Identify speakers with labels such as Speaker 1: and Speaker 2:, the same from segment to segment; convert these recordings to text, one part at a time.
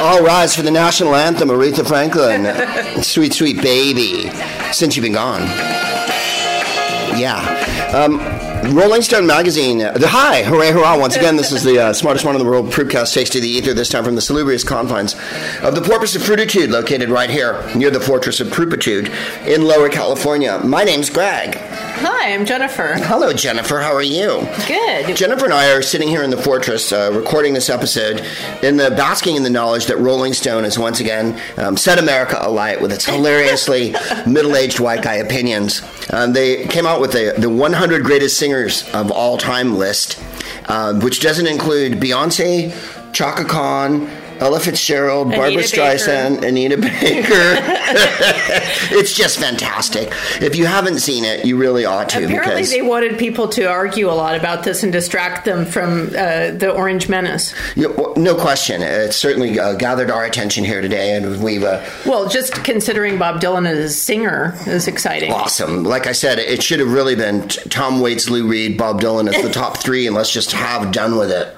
Speaker 1: all rise for the national anthem, Aretha Franklin. sweet, sweet baby. Since you've been gone. Yeah. Um, Rolling Stone magazine. uh, The hi, hooray, hurrah! Once again, this is the uh, smartest one in the world. Proofcast takes to the ether. This time from the salubrious confines of the Porpoise of Fruititude, located right here near the Fortress of Prupitude in Lower California. My name's Greg.
Speaker 2: Hi, I'm Jennifer.
Speaker 1: Hello, Jennifer. How are you?
Speaker 2: Good.
Speaker 1: Jennifer and I are sitting here in the fortress uh, recording this episode in the basking in the knowledge that Rolling Stone has once again um, set America alight with its hilariously middle aged white guy opinions. Um, they came out with the, the 100 greatest singers of all time list, uh, which doesn't include Beyonce, Chaka Khan. Ella Fitzgerald, Barbara
Speaker 2: Anita Baker.
Speaker 1: Streisand, Anita Baker. it's just fantastic. If you haven't seen it, you really ought to.
Speaker 2: Apparently,
Speaker 1: because
Speaker 2: they wanted people to argue a lot about this and distract them from uh, the Orange Menace.
Speaker 1: Yeah, well, no question. It certainly uh, gathered our attention here today, and we've uh,
Speaker 2: Well, just considering Bob Dylan as a singer is exciting.
Speaker 1: awesome. Like I said, it should have really been t- Tom Waits, Lou Reed, Bob Dylan as the top three, and let's just have done with it.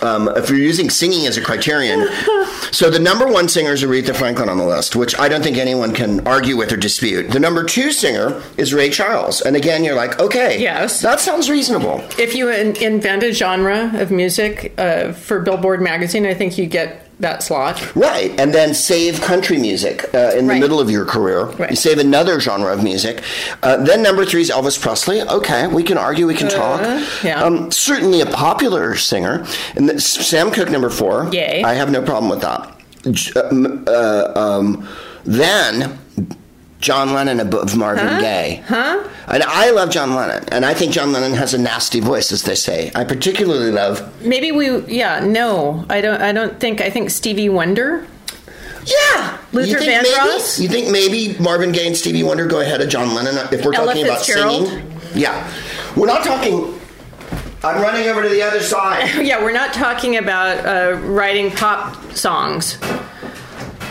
Speaker 1: Um, if you're using singing as a criterion, so the number one singer is Aretha Franklin on the list, which I don't think anyone can argue with or dispute. The number two singer is Ray Charles, and again, you're like, okay,
Speaker 2: Yes.
Speaker 1: that sounds reasonable.
Speaker 2: If you in- invent a genre of music uh, for Billboard magazine, I think you get that slot.
Speaker 1: Right, and then save country music uh, in the
Speaker 2: Right.
Speaker 1: middle of your career. You save another genre of music. Uh, then number three is Elvis Presley. Okay, we can argue, we can talk.
Speaker 2: Uh, yeah.
Speaker 1: Um, certainly a popular singer. And then Sam Cooke, number four.
Speaker 2: Yay.
Speaker 1: I have no problem with that. J- um, uh, um, then John Lennon above Marvin Gaye. Huh? And I love John Lennon, and I think John Lennon has a nasty voice, as they say. I particularly love.
Speaker 2: Maybe we, yeah, no, I don't. I don't think. I think Stevie Wonder.
Speaker 1: Yeah,
Speaker 2: Luther
Speaker 1: you think
Speaker 2: Vandross?
Speaker 1: Maybe, you think maybe Marvin Gaye and Stevie Wonder go ahead of John Lennon if we're
Speaker 2: Ella
Speaker 1: talking about
Speaker 2: Fitzgerald?
Speaker 1: singing? Yeah, we're not talking. I'm running over to the other side.
Speaker 2: Yeah, we're not talking about uh, writing pop songs.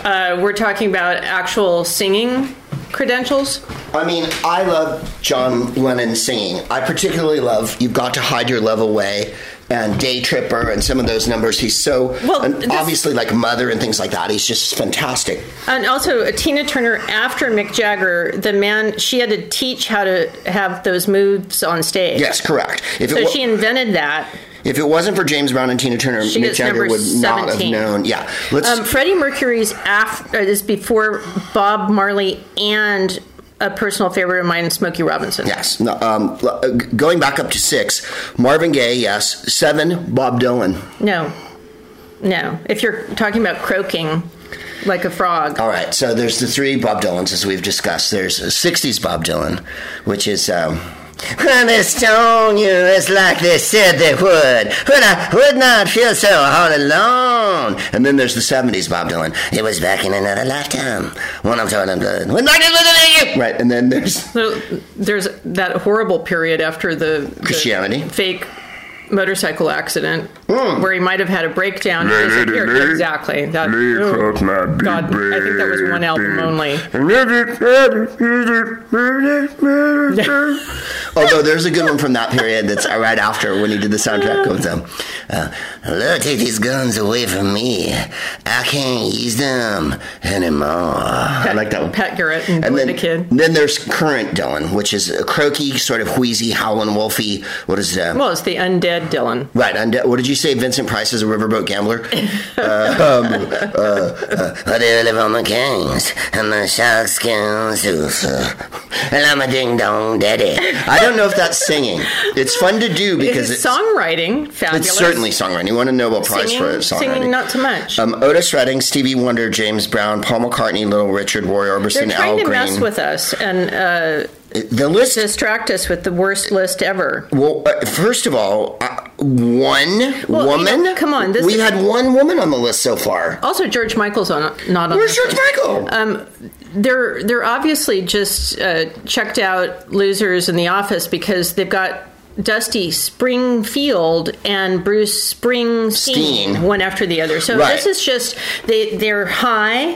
Speaker 2: Uh, we're talking about actual singing credentials.
Speaker 1: I mean, I love John Lennon singing. I particularly love "You've Got to Hide Your Love Away" and "Day Tripper" and some of those numbers. He's so
Speaker 2: Well,
Speaker 1: and
Speaker 2: this-
Speaker 1: obviously like Mother and things like that. He's just fantastic.
Speaker 2: And also, uh, Tina Turner, after Mick Jagger, the man, she had to teach how to have those moves on stage.
Speaker 1: Yes, correct. If
Speaker 2: So
Speaker 1: wa-
Speaker 2: she invented that.
Speaker 1: if it wasn't for James Brown and Tina Turner,
Speaker 2: She
Speaker 1: Mick
Speaker 2: is
Speaker 1: Jagger
Speaker 2: number
Speaker 1: would not have
Speaker 2: 17.
Speaker 1: known. Yeah, let's.
Speaker 2: Um, Freddie Mercury's after, is before Bob Marley and a personal favorite of mine, Smokey Robinson.
Speaker 1: Yes. No, um, l- uh, g- going back up to six, Marvin Gaye, yes. Seven, Bob Dylan.
Speaker 2: No, no. If you're talking about croaking like a frog,
Speaker 1: All right, so there's the three Bob Dylans, as we've discussed. There's a 60s Bob Dylan, which is. Um, when they stone you, it's like they said they would. When I would not feel so all alone. And then there's the 70s Bob Dylan. It was back in another lifetime. When I'm talking about. When I was looking at you! Right, and then there's.
Speaker 2: So there's that horrible period after the the
Speaker 1: Christianity.
Speaker 2: fake motorcycle accident
Speaker 1: Hmm.
Speaker 2: where he might have had a breakdown. He disappeared. exactly. That, oh, God, I think that was one album only.
Speaker 1: Although there's a good one from that period that's right after when he did the soundtrack of them. Uh, Lord, take these guns away from me. I can't use them anymore. I like that one.
Speaker 2: Pat Garrett and,
Speaker 1: And
Speaker 2: Belinda
Speaker 1: then,
Speaker 2: Kid.
Speaker 1: then there's current Dylan, which is a croaky, sort of wheezy, howlin' wolfy. What is it? uh,
Speaker 2: Well, it's the undead Dylan.
Speaker 1: Right. And uh, what did you say? Vincent Price is a riverboat gambler. uh, um, uh, uh, I do live on the kings and the sharks can zeus, uh, and I'm a ding dong daddy. I don't know if that's singing. It's fun to do because
Speaker 2: His
Speaker 1: it's,
Speaker 2: songwriting, fabulous.
Speaker 1: it's certainly songwriting. You won a Nobel Prize
Speaker 2: singing,
Speaker 1: for songwriting.
Speaker 2: singing not so much.
Speaker 1: um, Otis Redding, Stevie Wonder, James Brown, Paul McCartney, Little Richard, Roy
Speaker 2: They're
Speaker 1: Orbison, Al
Speaker 2: trying to
Speaker 1: Green.
Speaker 2: mess with us and uh,
Speaker 1: the list is
Speaker 2: distract us with the worst list ever.
Speaker 1: well. Uh, first of all, uh, one
Speaker 2: you
Speaker 1: woman.
Speaker 2: know, come on, this
Speaker 1: we've
Speaker 2: is-
Speaker 1: had one woman on the list so far.
Speaker 2: Also, George Michael's on not on.
Speaker 1: Where's
Speaker 2: this
Speaker 1: George
Speaker 2: list.
Speaker 1: Michael?
Speaker 2: they're they're obviously just uh, checked out losers in the office because they've got Dusty Springfield and Bruce Springsteen
Speaker 1: Steen.
Speaker 2: one after the other. So
Speaker 1: Right.
Speaker 2: this is just they they're high,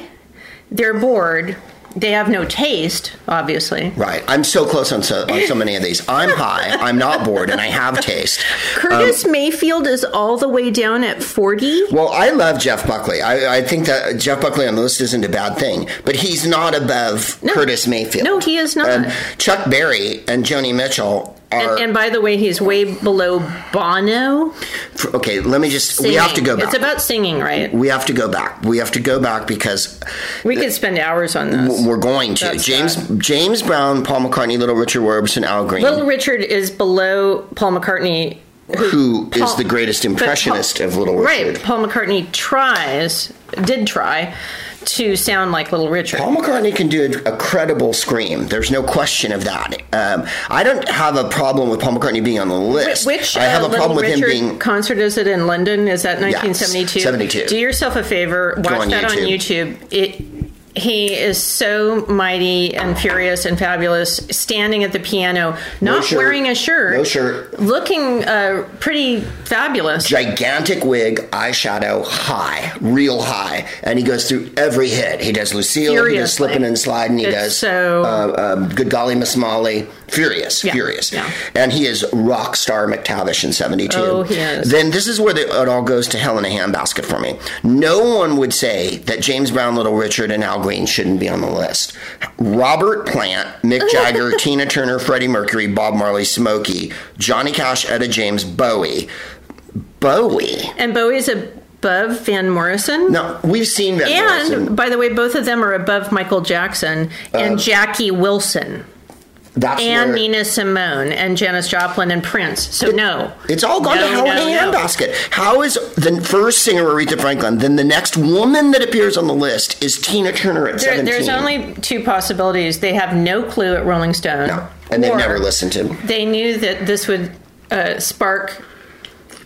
Speaker 2: they're bored, they have no taste, obviously.
Speaker 1: Right. I'm so close on so, on so many of these. I'm high. I'm not bored, and I have taste. Um,
Speaker 2: Curtis Mayfield is all the way down at 40.
Speaker 1: Well, I love Jeff Buckley. I, I think that Jeff Buckley on the list isn't a bad thing, but he's not above
Speaker 2: No.
Speaker 1: Curtis Mayfield.
Speaker 2: No, he is not.
Speaker 1: Um, Chuck Berry and Joni Mitchell are
Speaker 2: and, and by the way, he's way below Bono.
Speaker 1: okay. Let me just. We have to
Speaker 2: Singing.
Speaker 1: go back.
Speaker 2: It's about singing, right?
Speaker 1: we have to go back. We have to go back because
Speaker 2: We could spend hours on this.
Speaker 1: we're going to
Speaker 2: That's
Speaker 1: James James Brown, Paul McCartney, Little Richard Werbs, and Al Green,
Speaker 2: Little Richard is below Paul McCartney.
Speaker 1: who is
Speaker 2: Paul-
Speaker 1: the greatest
Speaker 2: but Paul-
Speaker 1: impressionist of Little Richard.
Speaker 2: Right. Paul McCartney tries, did try, to sound like Little Richard.
Speaker 1: Paul McCartney can do a, a credible scream. There's no question of that. Um, I don't have a problem with Paul McCartney being on the list.
Speaker 2: Which
Speaker 1: I have
Speaker 2: uh,
Speaker 1: a problem
Speaker 2: Little
Speaker 1: with
Speaker 2: Richard
Speaker 1: him being.
Speaker 2: concert is it in London? Is that 1972?
Speaker 1: 72.
Speaker 2: Do yourself a favor, watch
Speaker 1: on YouTube.
Speaker 2: that on YouTube. It. He is so mighty and furious and fabulous, standing at the piano, not
Speaker 1: shirt.
Speaker 2: wearing a shirt,
Speaker 1: No shirt.
Speaker 2: looking uh, pretty fabulous.
Speaker 1: Gigantic wig, eyeshadow, high, real high, and he goes through every hit. He does Lucille, he does
Speaker 2: Furiously.
Speaker 1: Slippin' and Slidin', he
Speaker 2: It's
Speaker 1: does
Speaker 2: so-
Speaker 1: uh, um, Good Golly Miss Molly, furious,
Speaker 2: Yeah,
Speaker 1: furious,
Speaker 2: yeah.
Speaker 1: and he is rock star McTavish in '72.
Speaker 2: Oh, he is.
Speaker 1: Then this is where the, it all goes to hell in a handbasket for me. No one would say that James Brown, Little Richard, and Al Green shouldn't be on the list. Robert Plant, Mick Jagger, Tina Turner, Freddie Mercury, Bob Marley, Smokey, Johnny Cash, Etta James, Bowie. Bowie.
Speaker 2: And Bowie's above Van Morrison.
Speaker 1: No, we've seen Van
Speaker 2: And
Speaker 1: Morrison.
Speaker 2: by the way, both of them are above Michael Jackson
Speaker 1: Uh,
Speaker 2: and Jackie Wilson
Speaker 1: That's
Speaker 2: and
Speaker 1: where-
Speaker 2: Nina Simone and Janis Joplin and Prince. So no,
Speaker 1: It's all gone
Speaker 2: No,
Speaker 1: to hell in
Speaker 2: no,
Speaker 1: a
Speaker 2: no.
Speaker 1: handbasket. How is the first singer Aretha Franklin? Then the next woman that appears on the list is Tina Turner at
Speaker 2: There-
Speaker 1: seventeen.
Speaker 2: there's only two possibilities. They have no clue at Rolling Stone,
Speaker 1: no, and they've
Speaker 2: or
Speaker 1: never listened to
Speaker 2: They knew that this would uh, spark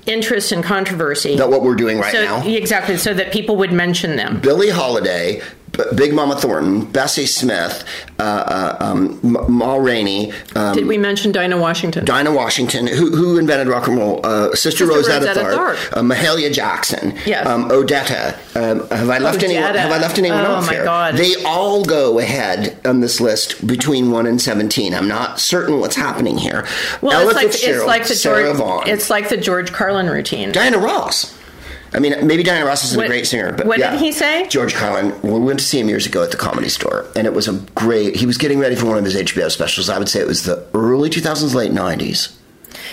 Speaker 2: interest and controversy.
Speaker 1: that what we're doing right
Speaker 2: so
Speaker 1: now.
Speaker 2: exactly, so that people would mention them.
Speaker 1: Billie Holiday, B- Big Mama Thornton, Bessie Smith, uh, uh, um, M- Ma Rainey, um,
Speaker 2: Did we mention Dinah Washington?
Speaker 1: Dinah Washington, who, who invented rock and roll, uh, Sister,
Speaker 2: Sister
Speaker 1: Rosetta,
Speaker 2: Rosetta
Speaker 1: Tharpe,
Speaker 2: Tharpe.
Speaker 1: uh, Mahalia Jackson,
Speaker 2: Yes. Oh,
Speaker 1: um, Odetta. Um, have I left anyone?
Speaker 2: Odetta.
Speaker 1: Have I left anyone
Speaker 2: Oh,
Speaker 1: off
Speaker 2: my
Speaker 1: here?
Speaker 2: God.
Speaker 1: They all go ahead on this list between one and seventeen. I'm not certain what's happening here.
Speaker 2: well,
Speaker 1: Ella
Speaker 2: it's like, it's
Speaker 1: Fitzgerald,
Speaker 2: like the
Speaker 1: Sarah
Speaker 2: George,
Speaker 1: Vaughan,
Speaker 2: it's like the George Carlin routine.
Speaker 1: Diana Ross. I mean, maybe Diana Ross isn't a
Speaker 2: What-
Speaker 1: great singer, but
Speaker 2: what
Speaker 1: yeah.
Speaker 2: did he say?
Speaker 1: George Carlin. We went to see him years ago at the Comedy Store, and it was a great. He was getting ready for one of his HBO specials. I would say it was the early 2000s, late 90s.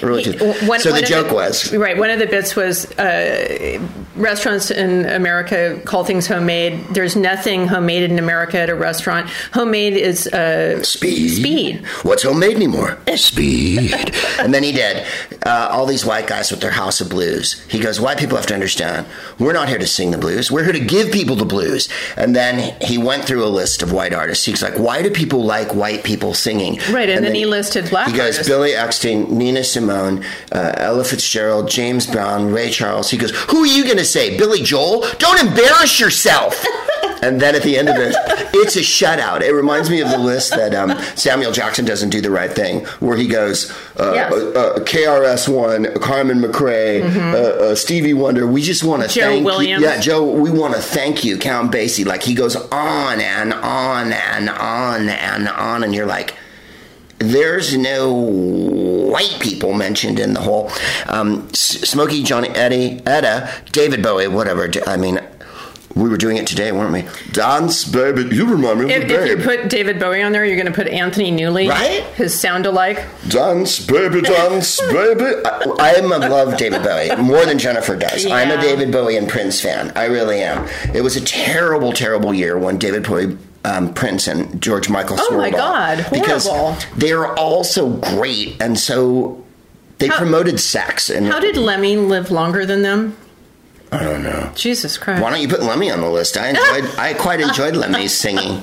Speaker 1: Early
Speaker 2: He-
Speaker 1: 2000s.
Speaker 2: one-
Speaker 1: so
Speaker 2: one
Speaker 1: the
Speaker 2: of
Speaker 1: joke was
Speaker 2: right. One of the bits was uh, restaurants in America call things homemade. There's nothing homemade in America at a restaurant. Homemade is uh,
Speaker 1: Speed.
Speaker 2: Speed.
Speaker 1: What's homemade anymore? Speed. and then he did. Uh, all these white guys with their house of blues. He goes, White people have to understand, we're not here to sing the blues. We're here to give people the blues. And then he went through a list of white artists. He's like, Why do people like white people singing?
Speaker 2: right, and, then, he listed black.
Speaker 1: He goes,
Speaker 2: artists.
Speaker 1: Billy Eckstein, Nina Simone, uh, Ella Fitzgerald, James Brown, Ray Charles. He goes, Who are you going to say? Billy Joel? Don't embarrass yourself. and then at the end of it, it's a shutout. It reminds me of the list that um, Samuel Jackson doesn't do the right thing, where he goes, uh,
Speaker 2: Yes.
Speaker 1: uh, uh, KRS1, Carmen McRae, uh, uh, Stevie Wonder. We just want to
Speaker 2: Mm-hmm. Joe
Speaker 1: thank
Speaker 2: Williams.
Speaker 1: You. Yeah, Joe, we want to thank you, Count Basie. Like he goes on and on and on and on, and you're like, there's no white people mentioned in the whole. Um, S- Smokey, Johnny, Eddie, Etta, David Bowie, whatever. D- I mean, we were doing it today, weren't we? Dance, baby, you remind me of
Speaker 2: If,
Speaker 1: the
Speaker 2: if
Speaker 1: babe.
Speaker 2: you put David Bowie on there, you're going to put Anthony Newley,
Speaker 1: Right?
Speaker 2: His sound alike.
Speaker 1: dance, baby, dance, baby. I, I'm a love David Bowie more than Jennifer does. I'm a
Speaker 2: Yeah.
Speaker 1: David Bowie and Prince fan. I really am. It was a terrible, terrible year when David Bowie. Um, Prince and George Michael
Speaker 2: Oh my
Speaker 1: Swerve all-
Speaker 2: God, horrible.
Speaker 1: Because they are all so great and so they
Speaker 2: How-
Speaker 1: promoted sex and
Speaker 2: How did Lemmy live longer than them?
Speaker 1: I don't know.
Speaker 2: Jesus Christ!
Speaker 1: Why don't you put Lemmy on the list? I enjoyed. I quite enjoyed Lemmy's singing.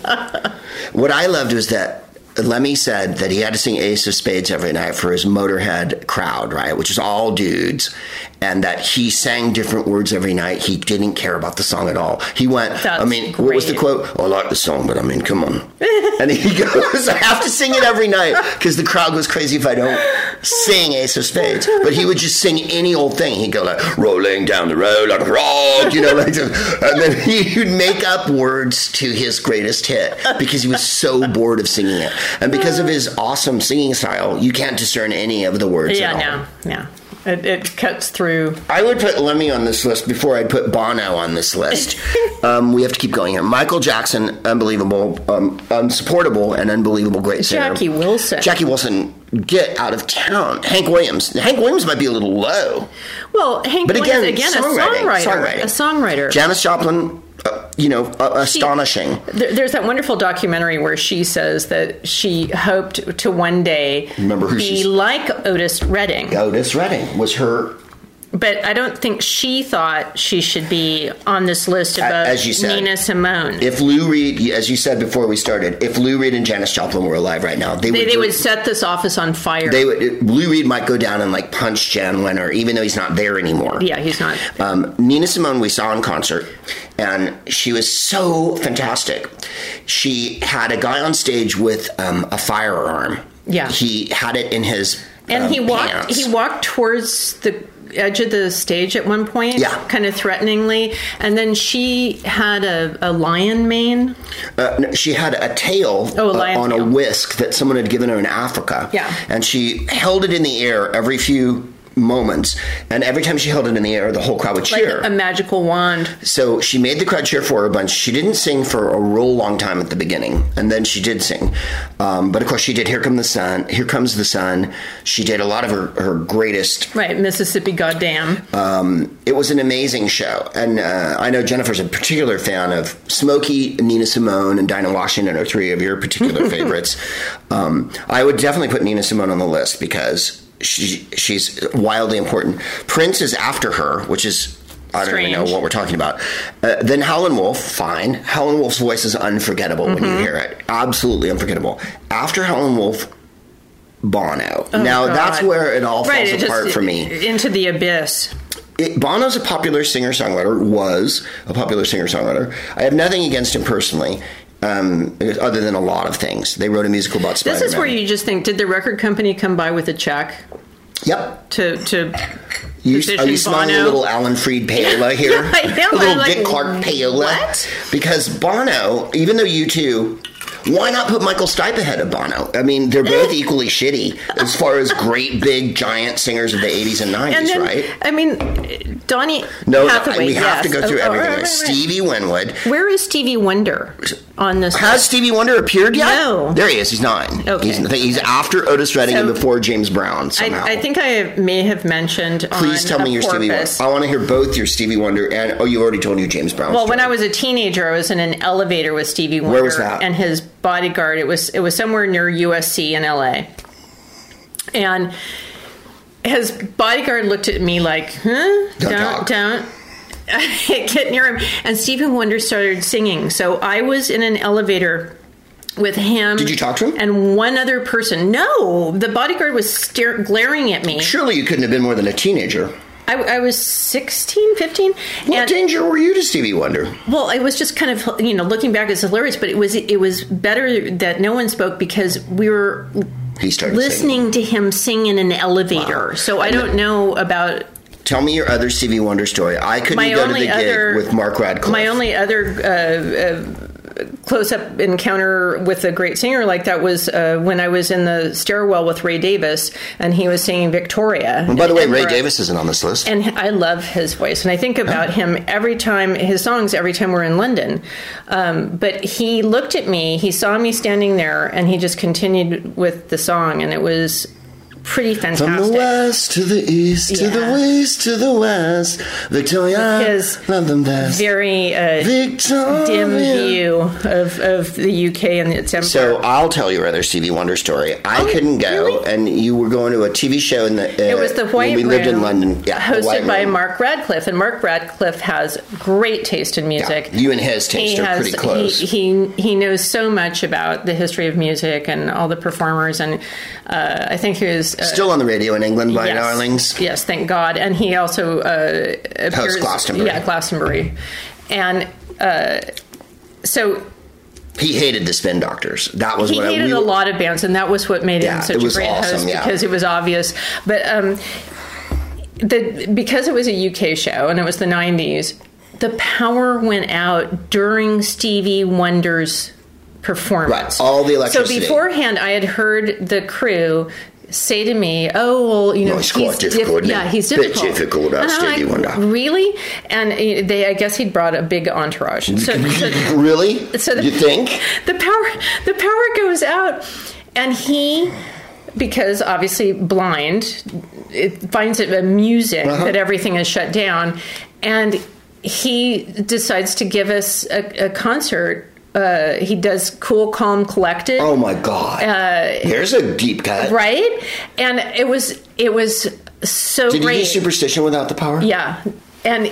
Speaker 1: What I loved was that Lemmy said that he had to sing Ace of Spades every night for his Motorhead crowd, right, which is all dudes, and that he sang different words every night. He didn't care about the song at all. He went. I
Speaker 2: That's
Speaker 1: mean, what was the
Speaker 2: great.
Speaker 1: quote? Oh, I like the song, but I mean, come on. and he goes, I have to sing it every night because the crowd goes crazy if I don't. sing Ace of Spades, but he would just sing any old thing. He'd go like rolling down the road like a frog, you know, like and then he'd make up words to his greatest hit because he was so bored of singing it, and because of his awesome singing style, you can't discern any of the words.
Speaker 2: Yeah,
Speaker 1: at all.
Speaker 2: no, no. It, it cuts through.
Speaker 1: I would put Lemmy on this list before I'd put Bono on this list. um, we have to keep going here. Michael Jackson, unbelievable, um, unsupportable, and unbelievable great singer.
Speaker 2: Jackie Wilson.
Speaker 1: Jackie Wilson, get out of town. Hank Williams. Hank Williams might be a little low.
Speaker 2: Well, Hank
Speaker 1: But
Speaker 2: Williams,
Speaker 1: again,
Speaker 2: again,
Speaker 1: songwriting,
Speaker 2: a songwriter,
Speaker 1: songwriting.
Speaker 2: a songwriter.
Speaker 1: Janis Joplin, uh, you know, uh, astonishing.
Speaker 2: There, there's that wonderful documentary where she says that she hoped to one day
Speaker 1: Remember who
Speaker 2: be
Speaker 1: she's-
Speaker 2: like Otis Redding,
Speaker 1: Otis Redding was her,
Speaker 2: but I don't think she thought she should be on this list above
Speaker 1: as you said.
Speaker 2: Nina Simone.
Speaker 1: if Lou Reed, as you said before we started, if Lou Reed and Janis Joplin were alive right now, they,
Speaker 2: they,
Speaker 1: would,
Speaker 2: they
Speaker 1: do-
Speaker 2: would set this office on fire.
Speaker 1: they would, Lou Reed might go down and like punch Jan Wenner, even though he's not there anymore.
Speaker 2: yeah, he's not.
Speaker 1: Um, Nina Simone, we saw in concert, and she was so fantastic. She had a guy on stage with um, a firearm.
Speaker 2: Yeah.
Speaker 1: he had it in his
Speaker 2: and
Speaker 1: um,
Speaker 2: he walked.
Speaker 1: pants.
Speaker 2: He walked towards the edge of the stage at one point,
Speaker 1: Yeah.
Speaker 2: kind of threateningly. And then she had a, a lion mane.
Speaker 1: Uh, no, she had a tail
Speaker 2: Oh,
Speaker 1: uh,
Speaker 2: a lion
Speaker 1: on a
Speaker 2: tail.
Speaker 1: whisk that someone had given her in Africa.
Speaker 2: Yeah.
Speaker 1: and she held it in the air every few moments, and every time she held it in the air, the whole crowd would
Speaker 2: like
Speaker 1: cheer.
Speaker 2: a magical wand.
Speaker 1: So she made the crowd cheer for her a bunch. She didn't sing for a real long time at the beginning, and then she did sing. Um, but of course, she did "Here Come the Sun." Here comes the sun. She did a lot of her, her greatest.
Speaker 2: Right, Mississippi Goddamn.
Speaker 1: It was an amazing show, and uh, I know Jennifer's a particular fan of Smokey, Nina Simone, and Dinah Washington are three of your particular favorites. Um, I would definitely put Nina Simone on the list because she she's wildly important. Prince is after her, which is. I don't even know
Speaker 2: Strange.
Speaker 1: what we're talking about. Uh, then Howlin' Wolf, fine. Howlin' Wolf's voice is unforgettable when
Speaker 2: Mm-hmm.
Speaker 1: you hear it. Absolutely unforgettable. After Howlin' Wolf, Bono. now
Speaker 2: Oh, God.
Speaker 1: that's where it all falls
Speaker 2: right, it just-
Speaker 1: apart for me
Speaker 2: Into the abyss.
Speaker 1: it, Bono's a popular singer songwriter, was a popular singer songwriter. I have nothing against him personally, um, other than a lot of things. They wrote a musical about Spider
Speaker 2: This
Speaker 1: Man.
Speaker 2: is where you just think: Did the record company come by with a check
Speaker 1: Yep.
Speaker 2: to to?
Speaker 1: You, are
Speaker 2: position
Speaker 1: you smelling
Speaker 2: Bono?
Speaker 1: a little Alan Freed payola here?
Speaker 2: Yeah, I am.
Speaker 1: A little
Speaker 2: I'm like,
Speaker 1: Dick Clark payola?
Speaker 2: what?
Speaker 1: Because Bono, even though you two, why not put Michael Stipe ahead of Bono? I mean, they're both equally shitty as far as great big giant singers of the 80s and 90s,
Speaker 2: And then,
Speaker 1: right?
Speaker 2: I mean, Donnie
Speaker 1: No,
Speaker 2: Hathaway.
Speaker 1: we have
Speaker 2: yes.
Speaker 1: to go through
Speaker 2: Oh, oh,
Speaker 1: everything.
Speaker 2: right, right, right.
Speaker 1: Stevie Winwood,
Speaker 2: Where is Stevie Wonder on this?
Speaker 1: Has Stevie Wonder appeared yet?
Speaker 2: No.
Speaker 1: There he is. He's nine.
Speaker 2: Okay.
Speaker 1: He's, he's after Otis Redding and
Speaker 2: So-
Speaker 1: before James Brown somehow.
Speaker 2: I, I think I may have mentioned.
Speaker 1: Please
Speaker 2: on
Speaker 1: tell
Speaker 2: a
Speaker 1: me your Stevie Wonder.
Speaker 2: porpoise.
Speaker 1: I want to hear both your Stevie Wonder and oh, you already told you James Brown.
Speaker 2: Well,
Speaker 1: story.
Speaker 2: when I was a teenager, I was in an elevator with Stevie Wonder
Speaker 1: was that?
Speaker 2: and his bodyguard. It was it was somewhere near USC in LA, and his bodyguard looked at me like, "Huh?
Speaker 1: Don't talk."
Speaker 2: Don't don't." get near him and Stevie Wonder started singing so I was in an elevator with him
Speaker 1: Did you talk to him?
Speaker 2: and one other person no the bodyguard was stare- glaring at me
Speaker 1: surely you couldn't have been more than a teenager.
Speaker 2: I, I was 16 15
Speaker 1: What
Speaker 2: and
Speaker 1: danger were you to Stevie Wonder?
Speaker 2: well, it was just kind of you know looking back, it's hilarious, but it was it was better that no one spoke because we were
Speaker 1: He started Singing.
Speaker 2: listening to him sing in an elevator. So I don't know about
Speaker 1: Tell me your other Stevie Wonder story. I couldn't
Speaker 2: My
Speaker 1: go to the
Speaker 2: only
Speaker 1: gig
Speaker 2: other-
Speaker 1: with Mark Radcliffe.
Speaker 2: my only other uh, uh, close-up encounter with a great singer like that was uh, when I was in the stairwell with Ray Davis, and he was singing Victoria.
Speaker 1: By the way, Ray
Speaker 2: Edinburgh.
Speaker 1: Davis isn't on this list.
Speaker 2: and I love his voice, and I think about him every time his songs every time we're in London. Um, but he looked at me, he saw me standing there, and he just continued with the song, and it was pretty
Speaker 1: From the
Speaker 2: fantastic.
Speaker 1: west to the east to the
Speaker 2: Yeah.
Speaker 1: west to the west, Victoria,
Speaker 2: His
Speaker 1: love them best.
Speaker 2: Very uh,
Speaker 1: Victoria.
Speaker 2: dim view of, of the UK and its empire.
Speaker 1: Oh, So I'll tell your other Stevie Wonder story. I couldn't go,
Speaker 2: Oh, really?
Speaker 1: and you were going to a TV show in the. Uh,
Speaker 2: it was the White
Speaker 1: when we lived in
Speaker 2: Room,
Speaker 1: London. Yeah, the White
Speaker 2: hosted by
Speaker 1: Room.
Speaker 2: Mark Radcliffe, and Mark Radcliffe has great taste in
Speaker 1: Yeah.
Speaker 2: music.
Speaker 1: You and his taste are pretty close.
Speaker 2: He, he he knows so much about the history of music and all the performers, and uh, I think he was uh,
Speaker 1: Still on the radio in England, my
Speaker 2: yes.
Speaker 1: darlings.
Speaker 2: Yes, thank God. And he also uh, appears
Speaker 1: Glastonbury.
Speaker 2: Yeah, Glastonbury, and uh, so
Speaker 1: He hated the spin doctors. That was
Speaker 2: he
Speaker 1: what
Speaker 2: hated
Speaker 1: I, we,
Speaker 2: a lot of bands, and that was what made
Speaker 1: Yeah,
Speaker 2: him such
Speaker 1: it was
Speaker 2: a great host
Speaker 1: awesome, yeah.
Speaker 2: because it was obvious. But um, the because it was a UK show and it was the '90s, the power went out during Stevie Wonder's performance.
Speaker 1: Right, all the electricity.
Speaker 2: So beforehand, I had heard the crew. Say to me, oh well, you know
Speaker 1: No, he's quite
Speaker 2: diff-
Speaker 1: difficult, isn't he?
Speaker 2: yeah, he's
Speaker 1: Bit
Speaker 2: difficult.
Speaker 1: difficult, that
Speaker 2: And I'm
Speaker 1: Stevie
Speaker 2: like,
Speaker 1: Wonder.
Speaker 2: Really? And uh, they, I guess he'd brought a big entourage. So, so
Speaker 1: really?
Speaker 2: so the-
Speaker 1: you think?
Speaker 2: the power the power goes out and he because obviously blind it finds it amusing
Speaker 1: Uh-huh.
Speaker 2: that everything is shut down and he decides to give us a, a concert uh, he does cool calm collected
Speaker 1: Oh my god! There's a deep cut.
Speaker 2: Uh, right and it was it was so
Speaker 1: Did
Speaker 2: great
Speaker 1: he do superstition without the power?
Speaker 2: yeah, and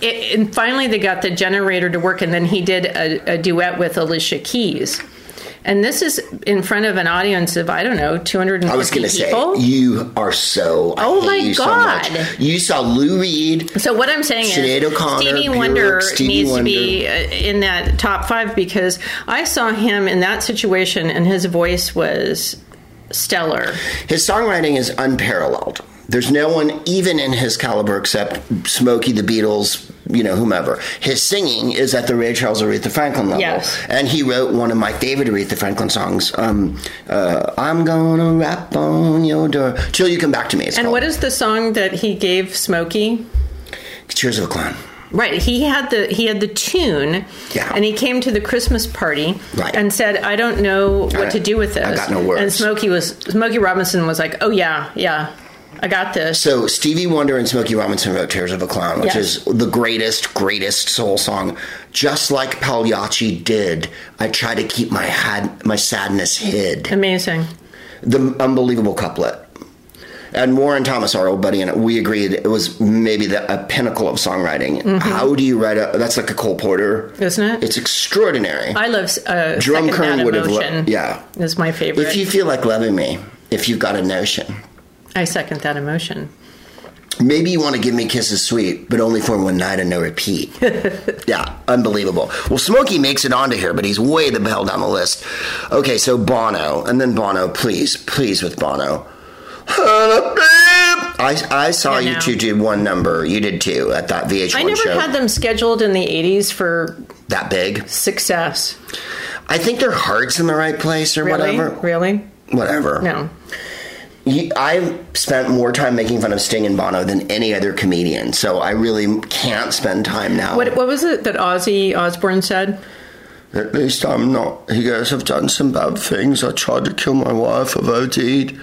Speaker 2: it, and finally they got the generator to work, and then he did a, a duet with Alicia Keys. And this is in front of an audience of I don't know 250
Speaker 1: I was going to say
Speaker 2: people.
Speaker 1: you are so. I
Speaker 2: Oh
Speaker 1: hate
Speaker 2: my
Speaker 1: you so
Speaker 2: God.
Speaker 1: much. you saw Lou Reed.
Speaker 2: so what I'm saying
Speaker 1: Sinead
Speaker 2: is
Speaker 1: O'Connor,
Speaker 2: Stevie
Speaker 1: Bjork,
Speaker 2: Wonder
Speaker 1: Stevie
Speaker 2: needs
Speaker 1: Wonder.
Speaker 2: to be uh, in that top five because I saw him in that situation, and his voice was stellar.
Speaker 1: His songwriting is unparalleled. There's no one even in his caliber except Smokey, the Beatles, you know, whomever. His singing is at the Ray Charles Aretha Franklin level.
Speaker 2: Yes.
Speaker 1: And he wrote one of my favorite Aretha Franklin songs, um, uh, I'm Gonna Rap on Your Door. Till You Come Back to Me. It's
Speaker 2: And
Speaker 1: called.
Speaker 2: what is the song that he gave Smokey?
Speaker 1: Cheers of a Clown.
Speaker 2: Right. He had the he had the tune,
Speaker 1: Yeah.
Speaker 2: and he came to the Christmas party
Speaker 1: Right.
Speaker 2: and said, "I don't know what
Speaker 1: don't-
Speaker 2: to do with this."
Speaker 1: I got no words.
Speaker 2: And Smokey was Smokey Robinson was like, "Oh yeah, yeah, I got this."
Speaker 1: So Stevie Wonder and Smokey Robinson wrote Tears of a Clown, which
Speaker 2: Yeah.
Speaker 1: is the greatest, greatest soul song. Just like Pagliacci did, I try to keep my had, my sadness hid.
Speaker 2: Amazing.
Speaker 1: the unbelievable couplet. And Warren Thomas, our old buddy, and we agreed it was maybe the a pinnacle of songwriting.
Speaker 2: Mm-hmm.
Speaker 1: How do you write a? That's like a Cole Porter,
Speaker 2: Isn't it?
Speaker 1: It's extraordinary.
Speaker 2: I love uh,
Speaker 1: Jerome
Speaker 2: Second
Speaker 1: Kern
Speaker 2: That
Speaker 1: would have, lo-
Speaker 2: emotion.
Speaker 1: yeah.
Speaker 2: is my favorite.
Speaker 1: If you feel like loving me, if you've got a notion,
Speaker 2: I second that emotion.
Speaker 1: maybe you want to give me kisses sweet, but only for one night and no repeat. yeah, unbelievable. Well, Smokey makes it onto here, but he's way the hell down the list. Okay, so Bono, and then Bono, please, please with Bono. I, I saw
Speaker 2: Yeah,
Speaker 1: you
Speaker 2: no.
Speaker 1: two do one number. You did two at that VH1
Speaker 2: I never
Speaker 1: show.
Speaker 2: had them scheduled in the '80s for
Speaker 1: that big.
Speaker 2: success.
Speaker 1: I think their heart's in the right place or
Speaker 2: Really,
Speaker 1: whatever.
Speaker 2: really,
Speaker 1: Whatever.
Speaker 2: no.
Speaker 1: You, I spent more time making fun of Sting and Bono than any other comedian, so I really can't spend time now.
Speaker 2: What, what was it that Ozzy Osbourne said?
Speaker 1: At least I'm not. He goes, I've done some bad things. I tried to kill my wife. I've OD'd.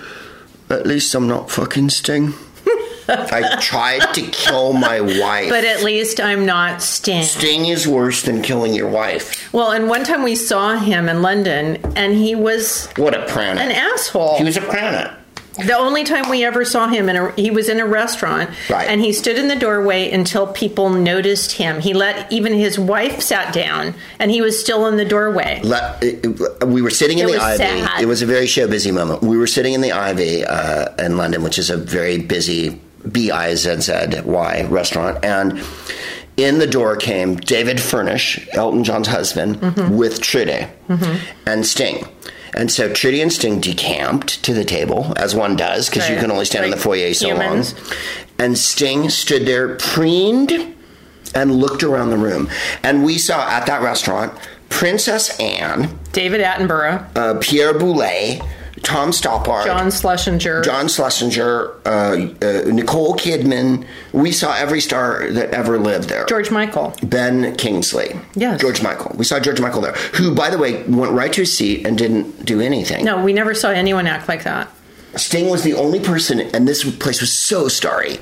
Speaker 1: At least I'm not fucking Sting. I tried to kill my wife.
Speaker 2: But at least I'm not Sting.
Speaker 1: Sting is worse than killing your wife.
Speaker 2: Well, and one time we saw him in London, and he was
Speaker 1: What a planet.
Speaker 2: an asshole.
Speaker 1: he was a planet.
Speaker 2: the only time we ever saw him in a he was in a restaurant,
Speaker 1: Right.
Speaker 2: and he stood in the doorway until people noticed him. He let even his wife sat down, and he was still in the doorway.
Speaker 1: Le- it- it- we were sitting in
Speaker 2: It
Speaker 1: the
Speaker 2: was
Speaker 1: Ivy.
Speaker 2: sad.
Speaker 1: It was a very show busy moment. We were sitting in the Ivy uh, in London, which is a very busy B I Z Z Y restaurant, and in the door came David Furnish, Elton John's husband,
Speaker 2: Mm-hmm.
Speaker 1: with Trudy and Sting. And so Trudy and Sting decamped to the table, as one does, because you
Speaker 2: Right.
Speaker 1: can only stand in
Speaker 2: Like
Speaker 1: the foyer so
Speaker 2: humans.
Speaker 1: long. And Sting stood there, preened and looked around the room. And we saw at that restaurant Princess Anne,
Speaker 2: David Attenborough,
Speaker 1: uh, Pierre Boulez, Tom Stoppard,
Speaker 2: John Schlesinger,
Speaker 1: John Schlesinger, uh, uh, Nicole Kidman. We saw every star that ever lived there.
Speaker 2: George Michael.
Speaker 1: Ben Kingsley.
Speaker 2: Yes.
Speaker 1: George Michael. We saw George Michael there, who, by the way, went right to his seat and didn't do anything.
Speaker 2: No, we never saw anyone act like that.
Speaker 1: Sting was the only person, and this place was so starry,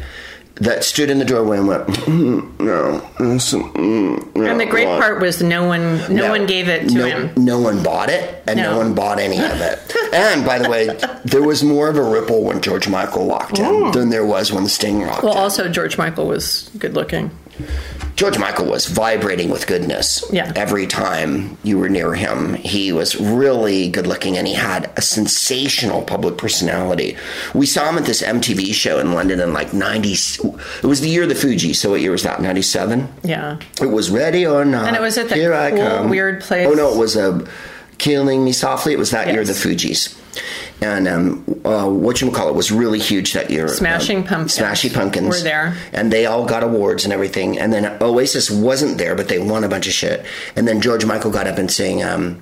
Speaker 1: that stood in the doorway and went, mm, no, this, mm, no,
Speaker 2: And the great
Speaker 1: no."
Speaker 2: part was no one, no, one gave it to
Speaker 1: no,
Speaker 2: him.
Speaker 1: No one bought it, and no,
Speaker 2: No.
Speaker 1: one bought any of it. and by the way, there was more of a ripple when George Michael walked in than there was when Sting walked
Speaker 2: Hmm. Well,
Speaker 1: in.
Speaker 2: also George Michael was good looking.
Speaker 1: George Michael was vibrating with goodness
Speaker 2: Yeah.
Speaker 1: every time you were near him. He was really good looking and he had a sensational public personality. We saw him at this MTV show in London in like 90. It was the year of the Fuji. So what year was that? 97?
Speaker 2: Yeah.
Speaker 1: It was ready or not.
Speaker 2: And it was at that
Speaker 1: Here I
Speaker 2: cool,
Speaker 1: come.
Speaker 2: weird place.
Speaker 1: Oh no, it was a killing me softly. It was that year
Speaker 2: Yes.
Speaker 1: the Fugees. And um, uh, what you call it was really huge that year.
Speaker 2: Smashing
Speaker 1: Um,
Speaker 2: Pumpkins
Speaker 1: Smashing Pumpkins
Speaker 2: were there.
Speaker 1: and they all got awards and everything. And then Oasis wasn't there, but they won a bunch of shit. And then George Michael got up and sang, um,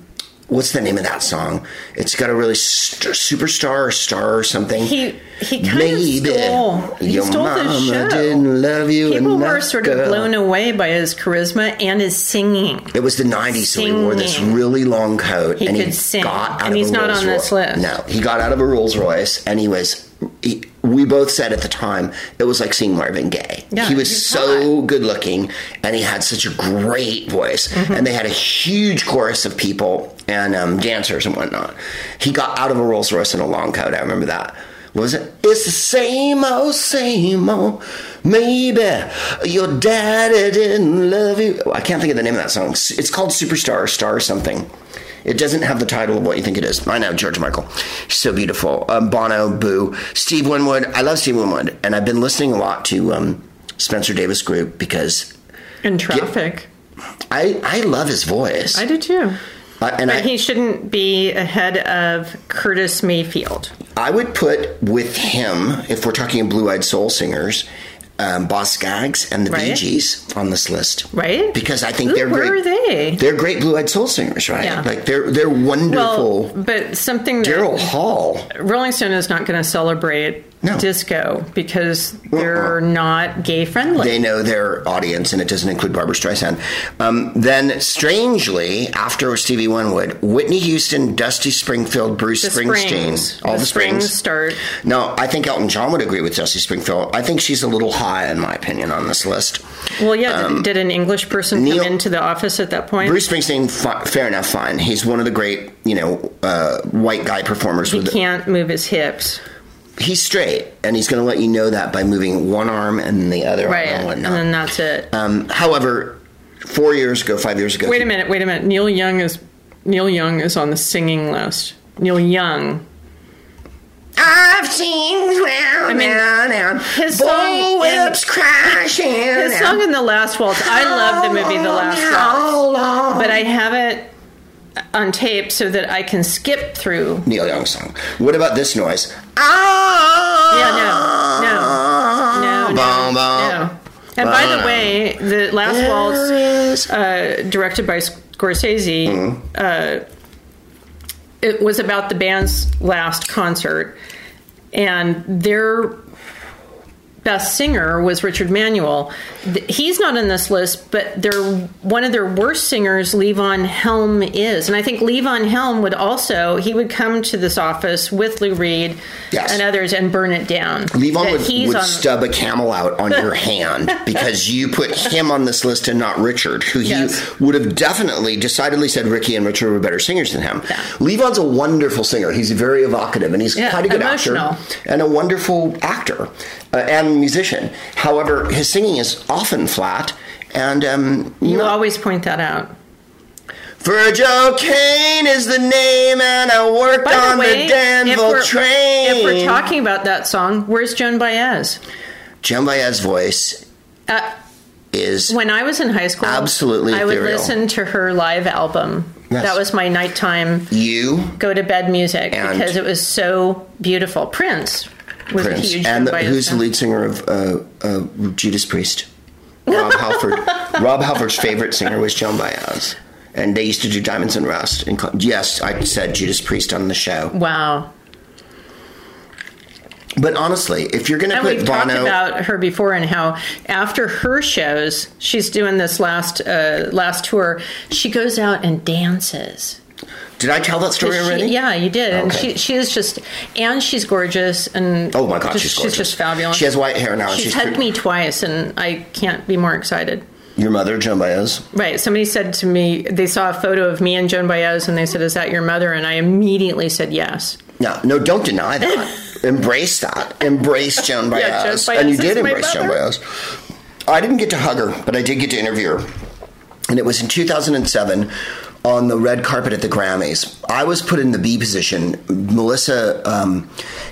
Speaker 1: "What's the name of that song? It's got a really st- superstar or star or something."
Speaker 2: He he kind of stole. He
Speaker 1: your
Speaker 2: stole
Speaker 1: mama
Speaker 2: the show.
Speaker 1: didn't love you
Speaker 2: People were
Speaker 1: enough,
Speaker 2: sort of
Speaker 1: girl.
Speaker 2: blown away by his charisma and his singing.
Speaker 1: It was the '90s, so he wore this
Speaker 2: Singing.
Speaker 1: really long coat,
Speaker 2: He
Speaker 1: and he
Speaker 2: could sing,
Speaker 1: got out
Speaker 2: and
Speaker 1: of
Speaker 2: he's
Speaker 1: a
Speaker 2: not
Speaker 1: Rolls
Speaker 2: on this
Speaker 1: Roy-
Speaker 2: list.
Speaker 1: No, he got out of a Rolls Royce, and he was. He, we both said at the time it was like seeing Marvin Gaye.
Speaker 2: Yeah,
Speaker 1: he was
Speaker 2: he's
Speaker 1: so good looking, and he had such a great voice, and they had a huge chorus of people and um, dancers and whatnot. He got out of a Rolls Royce in a long coat. I remember that. What was it? It's the same old, same old. Maybe your daddy didn't love you. Oh, I can't think of the name of that song. It's called Superstar, Star something. It doesn't have the title of what you think it is. I know George Michael, he's so beautiful. Um, Bono, Boo, Steve Winwood. I love Steve Winwood, and I've been listening a lot to um, Spencer Davis Group because
Speaker 2: In traffic.
Speaker 1: I I love his voice.
Speaker 2: I do too.
Speaker 1: Uh, and I,
Speaker 2: But he shouldn't be ahead of Curtis Mayfield.
Speaker 1: I would put with him, if we're talking blue eyed soul singers, um, Boss Skaggs and the Bee
Speaker 2: Right.
Speaker 1: Gees on this list.
Speaker 2: Right?
Speaker 1: Because I think
Speaker 2: Ooh,
Speaker 1: they're
Speaker 2: where
Speaker 1: great.
Speaker 2: are they?
Speaker 1: They're great blue eyed soul singers, right?
Speaker 2: Yeah.
Speaker 1: Like they're they're
Speaker 2: Well,
Speaker 1: wonderful.
Speaker 2: but something that
Speaker 1: Daryl Hall.
Speaker 2: Rolling Stone is not going to celebrate
Speaker 1: No. Uh-uh.
Speaker 2: disco because they're not gay friendly.
Speaker 1: They know their audience, and it doesn't include Barbara Streisand. Um, then, strangely, after Stevie Winwood, Whitney Houston, Dusty Springfield, Bruce
Speaker 2: the
Speaker 1: Springsteen,
Speaker 2: springs,
Speaker 1: all the,
Speaker 2: springs, start.
Speaker 1: No, I think Elton John would agree with Dusty Springfield. I think she's a little high, in my opinion, on this list.
Speaker 2: Well, yeah. did an English person
Speaker 1: Um, Neil-
Speaker 2: come into the office at that point?
Speaker 1: Bruce Springsteen, fi- fair enough, fine. He's one of the great, you know, uh, white guy performers.
Speaker 2: he
Speaker 1: With
Speaker 2: can't move his hips,
Speaker 1: he's straight, and he's going to let you know that by moving one arm and the other
Speaker 2: right?
Speaker 1: arm and
Speaker 2: And
Speaker 1: whatnot.
Speaker 2: then that's it.
Speaker 1: um, however, four years ago, five years ago,
Speaker 2: wait a minute. Wait a minute. Neil Young is Neil Young is on the singing list. Neil Young.
Speaker 1: I've seen round
Speaker 2: mean,
Speaker 1: and round,
Speaker 2: his song
Speaker 1: bullwhips crashing.
Speaker 2: His song in the Last Waltz. I love the movie The Last Waltz,
Speaker 1: Waltz.
Speaker 2: but I have it on tape so that I can skip through.
Speaker 1: Neil Young song. What about this noise? Ah.
Speaker 2: Yeah, no, no, no,
Speaker 1: Bum, bum.
Speaker 2: No. And by the way, the Last Waltz
Speaker 1: There
Speaker 2: uh,
Speaker 1: is-
Speaker 2: directed by Scorsese, uh, it was about the band's last concert, and their best singer was Richard Manuel. Th- He's not on this list, but their one of their worst singers, Levon Helm, is, and I think Levon Helm would also he would come to this office with Lou Reed
Speaker 1: Yes.
Speaker 2: and others and burn it down.
Speaker 1: Levon
Speaker 2: That
Speaker 1: would,
Speaker 2: he's
Speaker 1: would
Speaker 2: on-
Speaker 1: stub a camel out on your hand because you put him on this list and not Richard, who he
Speaker 2: Yes.
Speaker 1: would have definitely decidedly said Ricky and Richard were better singers than him.
Speaker 2: Yeah.
Speaker 1: Levon's a wonderful singer. He's very evocative and he's
Speaker 2: Yeah,
Speaker 1: quite a good
Speaker 2: emotional.
Speaker 1: actor and a wonderful actor uh, and musician. However, his singing is often flat and um,
Speaker 2: You
Speaker 1: not-
Speaker 2: always point that out.
Speaker 1: Virgil Kane is the name, and I worked
Speaker 2: By
Speaker 1: on
Speaker 2: the way,
Speaker 1: the
Speaker 2: if
Speaker 1: Danville
Speaker 2: we're-
Speaker 1: train.
Speaker 2: If we're talking about that song, where's Joan Baez?
Speaker 1: Joan Baez's voice
Speaker 2: Uh,
Speaker 1: is
Speaker 2: when I was in high school,
Speaker 1: Absolutely
Speaker 2: I would
Speaker 1: ethereal.
Speaker 2: listen to her live album.
Speaker 1: Yes.
Speaker 2: That was my nighttime
Speaker 1: you
Speaker 2: go to bed music
Speaker 1: And-
Speaker 2: because it was so beautiful. Prince was a
Speaker 1: Prince.
Speaker 2: huge
Speaker 1: and
Speaker 2: Joan Baez
Speaker 1: who's the
Speaker 2: fan.
Speaker 1: lead singer of uh, uh, Judas Priest? Rob Halford. Rob Halford's favorite singer was Joan Baez. And they used to do Diamonds and Rust. And co- yes, I said Judas Priest on the show.
Speaker 2: Wow.
Speaker 1: But honestly, if you're going to
Speaker 2: And
Speaker 1: put
Speaker 2: we've talked
Speaker 1: Bono,
Speaker 2: about her before and how after her shows, she's doing this last uh, last tour. She goes out and dances.
Speaker 1: did I tell that story
Speaker 2: She-
Speaker 1: already?
Speaker 2: yeah, you did. And
Speaker 1: Okay.
Speaker 2: she she is just and she's gorgeous and
Speaker 1: Oh my God,
Speaker 2: just-
Speaker 1: she's gorgeous.
Speaker 2: she's just fabulous.
Speaker 1: She has white hair now. and
Speaker 2: She's,
Speaker 1: she's
Speaker 2: hugged
Speaker 1: pretty-
Speaker 2: me twice, and I can't be more excited.
Speaker 1: Your mother, Joan Baez.
Speaker 2: Right. Somebody said to me they saw a photo of me and Joan Baez, and they said, "Is that your mother?" And I immediately said yes.
Speaker 1: No, no, don't deny that. embrace that. Embrace Joan Baez.
Speaker 2: Yeah, Joan
Speaker 1: and you
Speaker 2: Baez
Speaker 1: did
Speaker 2: is my
Speaker 1: embrace Joan
Speaker 2: mother.
Speaker 1: Baez. I didn't get to hug her, but I did get to interview her. And it was in 2007 on the red carpet at the Grammys. I was put in the B position. Melissa um,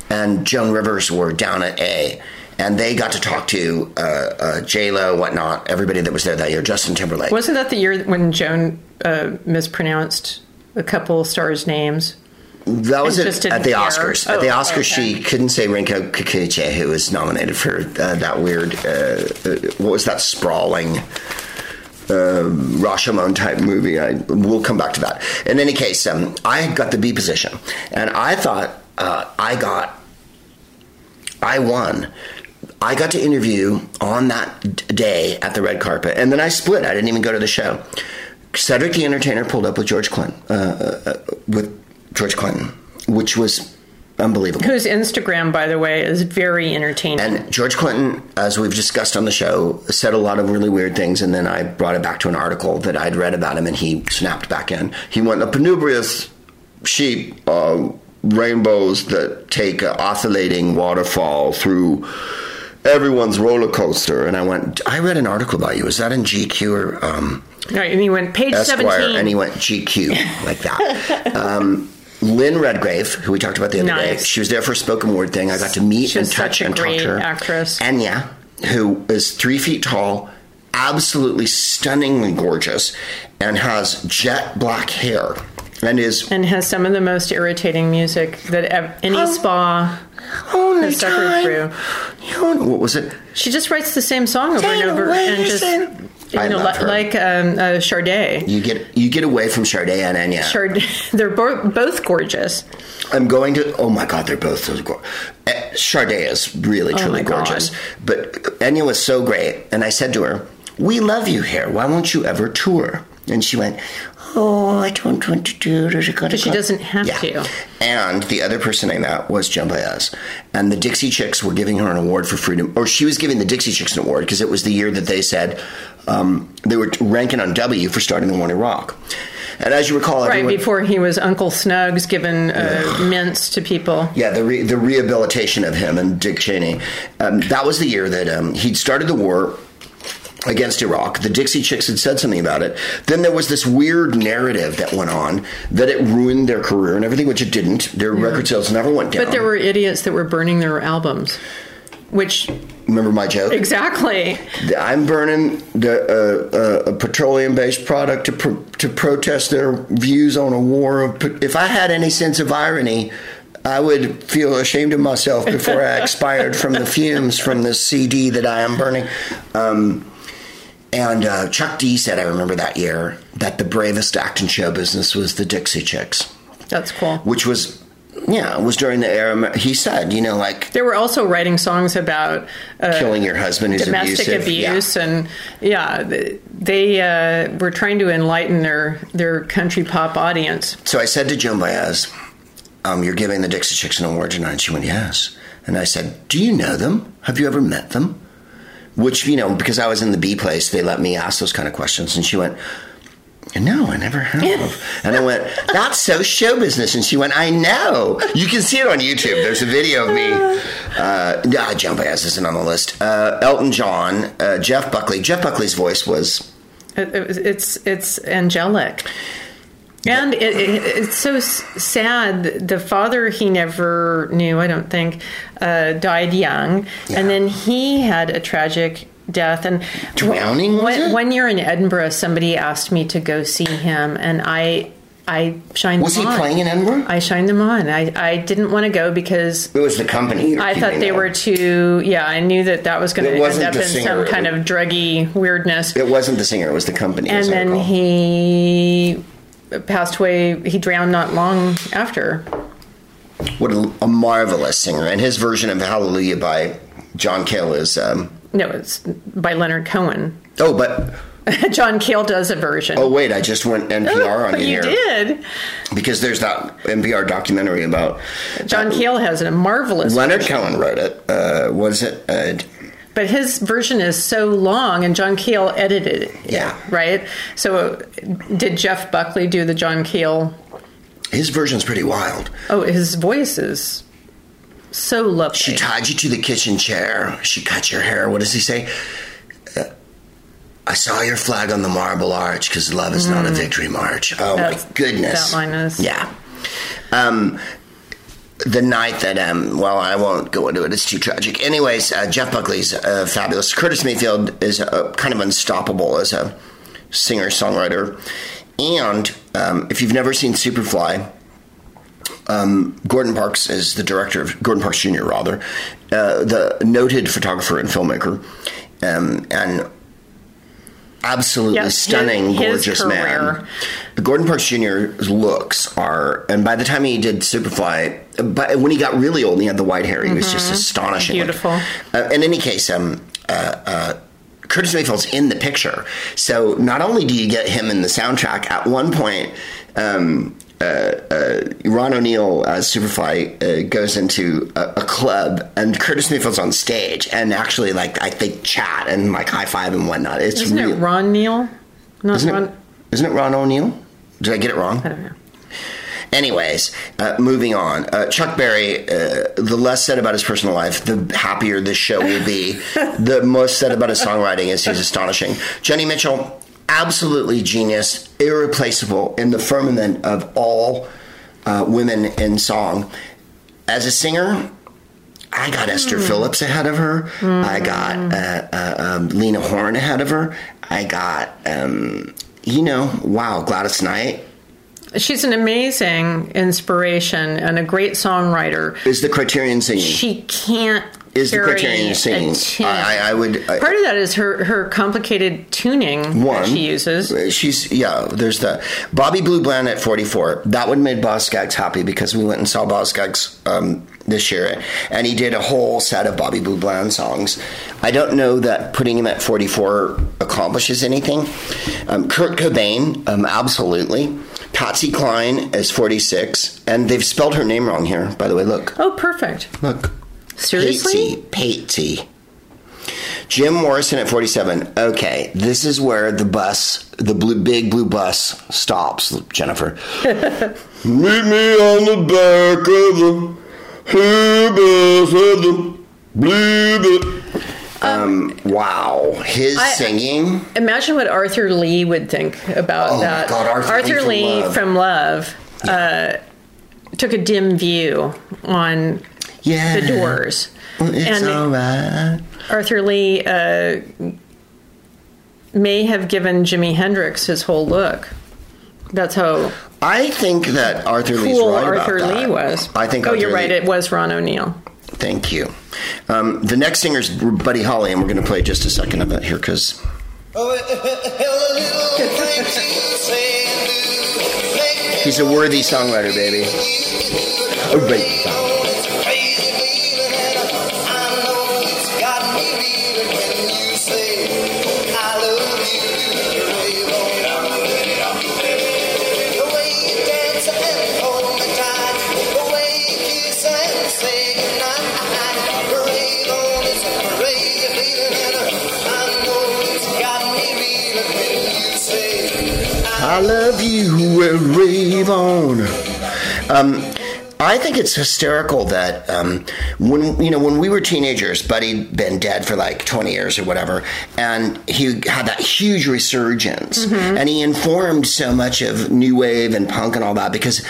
Speaker 1: and Joan Rivers were down at A. And they got to talk to uh, uh, J Lo, whatnot, everybody that was there that year, Justin Timberlake.
Speaker 2: Wasn't that the year when Joan uh, mispronounced a couple stars' names?
Speaker 1: That was
Speaker 2: And
Speaker 1: it
Speaker 2: just
Speaker 1: at
Speaker 2: didn't
Speaker 1: the
Speaker 2: care.
Speaker 1: Oscars. at
Speaker 2: Oh,
Speaker 1: the Oscars,
Speaker 2: okay.
Speaker 1: she couldn't say Rinko Kikuchi, who was nominated for uh, that weird, uh, uh, what was that sprawling um Rashomon type movie? I, we'll come back to that. In any case, um, I got the B position, and I thought uh, I got I won. I got to interview on that d- day at the red carpet, and then I split. I didn't even go to the show. Cedric the Entertainer pulled up with George Clinton, uh, uh, uh, with George Clinton, which was unbelievable.
Speaker 2: Whose Instagram, by the way, is very entertaining.
Speaker 1: And George Clinton, as we've discussed on the show, said a lot of really weird things, and then I brought it back to an article that I'd read about him, and he snapped back in. He went, "A penubrious sheep, uh, rainbows that take a oscillating waterfall through everyone's roller coaster." And I went, "I read an article about you. Is that in GQ or?" Um,
Speaker 2: All right, and he went page
Speaker 1: Esquire,
Speaker 2: seventeen.
Speaker 1: and he went GQ like that. um, Lynn Redgrave, who we talked about the other day,
Speaker 2: Nice.
Speaker 1: she was there for a spoken word thing. I got to meet
Speaker 2: She
Speaker 1: and
Speaker 2: was
Speaker 1: touch
Speaker 2: such a
Speaker 1: and talk
Speaker 2: great
Speaker 1: to her.
Speaker 2: actress.
Speaker 1: Enya, who is three feet tall, absolutely stunningly gorgeous, and has jet black hair, and is
Speaker 2: and has some of the most irritating music that ev- any spa.
Speaker 1: only
Speaker 2: has suffered
Speaker 1: time.
Speaker 2: through.
Speaker 1: You know, what was it?
Speaker 2: She just writes the same song over and
Speaker 1: Jane
Speaker 2: over, and just
Speaker 1: Wilson.
Speaker 2: you
Speaker 1: I
Speaker 2: know,
Speaker 1: love
Speaker 2: li-
Speaker 1: her.
Speaker 2: like um, uh, Chardet.
Speaker 1: You get you get away from Charday and Enya.
Speaker 2: Chard- they're bo- both gorgeous.
Speaker 1: I'm going to. Oh my God, they're both so gorgeous. Chardet is really, truly
Speaker 2: Oh my God.
Speaker 1: gorgeous. But Enya was so great. And I said to her, We love you here. Why won't you ever tour? And she went, Oh, I don't want to do it. But
Speaker 2: she doesn't have to.
Speaker 1: And the other person I met was Jen Baez. And the Dixie Chicks were giving her an award for freedom, or she was giving the Dixie Chicks an award because it was the year that they said um, they were ranking on W for starting the war in Iraq. And as you recall,
Speaker 2: Right
Speaker 1: everyone,
Speaker 2: before he was Uncle Snugs, giving uh, mints to people.
Speaker 1: Yeah, the re- the rehabilitation of him and Dick Cheney. Um, that was the year that um, he'd started the war against Iraq. The Dixie Chicks had said something about it. Then there was this weird narrative that went on that it ruined their career and everything, which it didn't. Their record sales never went down.
Speaker 2: But there were idiots that were burning their albums, which
Speaker 1: remember my joke.
Speaker 2: exactly.
Speaker 1: I'm burning the uh, uh, a petroleum-based product to pro- to protest their views on a war. Of pet- if I had any sense of irony, I would feel ashamed of myself before I expired from the fumes from this CD that I am burning. Um, and uh, Chuck D said, I remember that year that the bravest act in show business was the Dixie Chicks,
Speaker 2: That's cool.
Speaker 1: which was yeah, it was during the era. He said, you know, like
Speaker 2: They were also writing songs about uh,
Speaker 1: killing your husband who's
Speaker 2: domestic
Speaker 1: abusive. Yeah.
Speaker 2: abuse, and yeah, th- they uh, were trying to enlighten their their country pop audience.
Speaker 1: So I said to Joan Baez, um, You're giving the Dixie Chicks an award tonight. And she went, Yes. And I said, Do you know them? Have you ever met them? Which, you know, because I was in the B place, they let me ask those kind of questions. And she went, No, I never have. and I went, That's so show business. And she went, I know. You can see it on YouTube. There's a video of me. Uh, ah, Joan Baez isn't on the list. Uh, Elton John, uh, Jeff Buckley. Jeff Buckley's voice was
Speaker 2: It, it, was- it's it's angelic, and it, it, it's so s- sad. The father he never knew, I don't think, uh, died young,
Speaker 1: Yeah.
Speaker 2: and then he had a tragic death. And
Speaker 1: Drowning, was
Speaker 2: One,
Speaker 1: it?
Speaker 2: one year in Edinburgh, somebody asked me to go see him, and I I shined.
Speaker 1: Was
Speaker 2: them
Speaker 1: he
Speaker 2: on.
Speaker 1: playing in Edinburgh?
Speaker 2: I shined them on. I I didn't want to go because.
Speaker 1: it was the company.
Speaker 2: I thought they were
Speaker 1: too.
Speaker 2: too. Yeah, I knew that that was going
Speaker 1: It
Speaker 2: to end
Speaker 1: wasn't
Speaker 2: up
Speaker 1: the
Speaker 2: in
Speaker 1: singer.
Speaker 2: some kind of druggy weirdness
Speaker 1: It wasn't the singer; it was the company.
Speaker 2: and
Speaker 1: as I
Speaker 2: then
Speaker 1: recall.
Speaker 2: he passed away he drowned not long after
Speaker 1: what a, a marvelous singer! And his version of "Hallelujah" by John Cale is um,
Speaker 2: no it's by leonard cohen
Speaker 1: oh, but
Speaker 2: john cale does a version
Speaker 1: oh wait, I just went NPR on
Speaker 2: Oh, but
Speaker 1: you,
Speaker 2: you
Speaker 1: here
Speaker 2: did
Speaker 1: because there's that NPR documentary about
Speaker 2: john
Speaker 1: uh,
Speaker 2: cale has a marvelous
Speaker 1: Leonard Cohen wrote it. Uh, what is it? Uh, d-
Speaker 2: but his version is so long and john cale edited it
Speaker 1: Yeah.
Speaker 2: right so uh, did jeff buckley do the john cale
Speaker 1: his version's pretty wild.
Speaker 2: oh his voice is so lovely
Speaker 1: She tied you to the kitchen chair. She cut your hair. What does he say? Uh, I saw your flag on the marble arch because love is not a victory march. Oh
Speaker 2: Hmm. That's-
Speaker 1: my goodness.
Speaker 2: that line is-
Speaker 1: Yeah. Um, the night that, um, well, I won't go into it. It's too tragic. Anyways, uh, Jeff Buckley's uh, fabulous. Curtis Mayfield is uh, kind of unstoppable as a singer songwriter. And um, if you've never seen Superfly, Gordon Parks is the director of Gordon Parks Jr. rather, uh, the noted photographer and filmmaker, um, and absolutely
Speaker 2: Yeah, his-
Speaker 1: stunning,
Speaker 2: his
Speaker 1: gorgeous man.
Speaker 2: career.
Speaker 1: Gordon Parks Jr.'s looks are, and by the time he did Superfly, but when he got really old, and he had the white hair. He was just astonishing,
Speaker 2: Mm-hmm. Beautiful.
Speaker 1: Uh, in any case, um, Curtis Mayfield's in the picture. So not only do you get him in the soundtrack, at one point, um, uh, uh, Ron O'Neill as Superfly uh, goes into a, a club, and Curtis Mayfield's on stage, and actually, like, I, they chat and like high five and whatnot. It's
Speaker 2: Isn't
Speaker 1: real.
Speaker 2: it Ron Neal? Not
Speaker 1: Isn't
Speaker 2: Ron.
Speaker 1: it, isn't it Ron O'Neill? Did I get it wrong?
Speaker 2: I don't know.
Speaker 1: Anyways, uh, moving on. Uh, Chuck Berry, uh, the less said about his personal life, the happier this show will be. the most said about his songwriting is he's astonishing. Joni Mitchell, absolutely genius, irreplaceable in the firmament of all uh, women in song. As a singer, I got
Speaker 2: Hmm.
Speaker 1: Esther Phillips ahead of her. I got uh, uh, um, Lena Horne ahead of her. I got, um, you know, wow, Gladys Knight.
Speaker 2: She's an amazing inspiration and a great songwriter.
Speaker 1: Is the criterion singing?
Speaker 2: She can't.
Speaker 1: is the
Speaker 2: carry
Speaker 1: criterion
Speaker 2: a
Speaker 1: singing.
Speaker 2: tune.
Speaker 1: I, I, I would. I,
Speaker 2: Part of that is her her complicated tuning
Speaker 1: one
Speaker 2: that she uses.
Speaker 1: She's yeah. There's the Bobby Blue Bland at 44. That one made Boz Skaggs happy because we went and saw Boz Skaggs um, this year, and he did a whole set of Bobby Blue Bland songs. I don't know that putting him at 44 accomplishes anything. Um, Kurt Cobain, um, absolutely. Patsy Cline is 46, and they've spelled her name wrong here. By the way, look,
Speaker 2: Oh, perfect.
Speaker 1: look.
Speaker 2: Seriously?
Speaker 1: Patsy. Patsy. Jim Morrison at 47. Okay, this is where the bus, the blue, big blue bus stops, Jennifer. Meet me on the back of the blue bus of the blue bus. Um, wow. His
Speaker 2: I-
Speaker 1: singing.
Speaker 2: Imagine what Arthur Lee would think about
Speaker 1: Oh my
Speaker 2: that.
Speaker 1: God, Arthur Lee from
Speaker 2: Lee
Speaker 1: Love.
Speaker 2: from Love, uh, took a dim view on
Speaker 1: Yeah.
Speaker 2: the Doors,
Speaker 1: It's
Speaker 2: and
Speaker 1: alright.
Speaker 2: Arthur Lee uh, may have given Jimi Hendrix his whole look. That's how
Speaker 1: I think that Arthur Lee's
Speaker 2: cool
Speaker 1: right about
Speaker 2: Arthur
Speaker 1: that.
Speaker 2: Lee was.
Speaker 1: I think
Speaker 2: Oh,
Speaker 1: Arthur
Speaker 2: you're right.
Speaker 1: Lee-
Speaker 2: It was Ron O'Neill.
Speaker 1: Thank you. Um, the next singer's Buddy Holly, and we're going to play just a second of it here because
Speaker 3: Oh, hell, the little things you say and do make
Speaker 1: he's a worthy songwriter, baby. Oh, right.
Speaker 3: me crazy, baby, and I know it's got me reeling when you say I love you. The way you walk, the way you dance and hold me tight, the way you kiss and say goodnight. Parade on, it's a parade feeling, and I know it's got me reeling when you say I
Speaker 1: I love you, will rave on. Um, I think it's hysterical that um, when you know when we were teenagers, Buddy'd been dead for like twenty years or whatever, and he had that huge resurgence, and he informed so much of new wave and punk and all that because.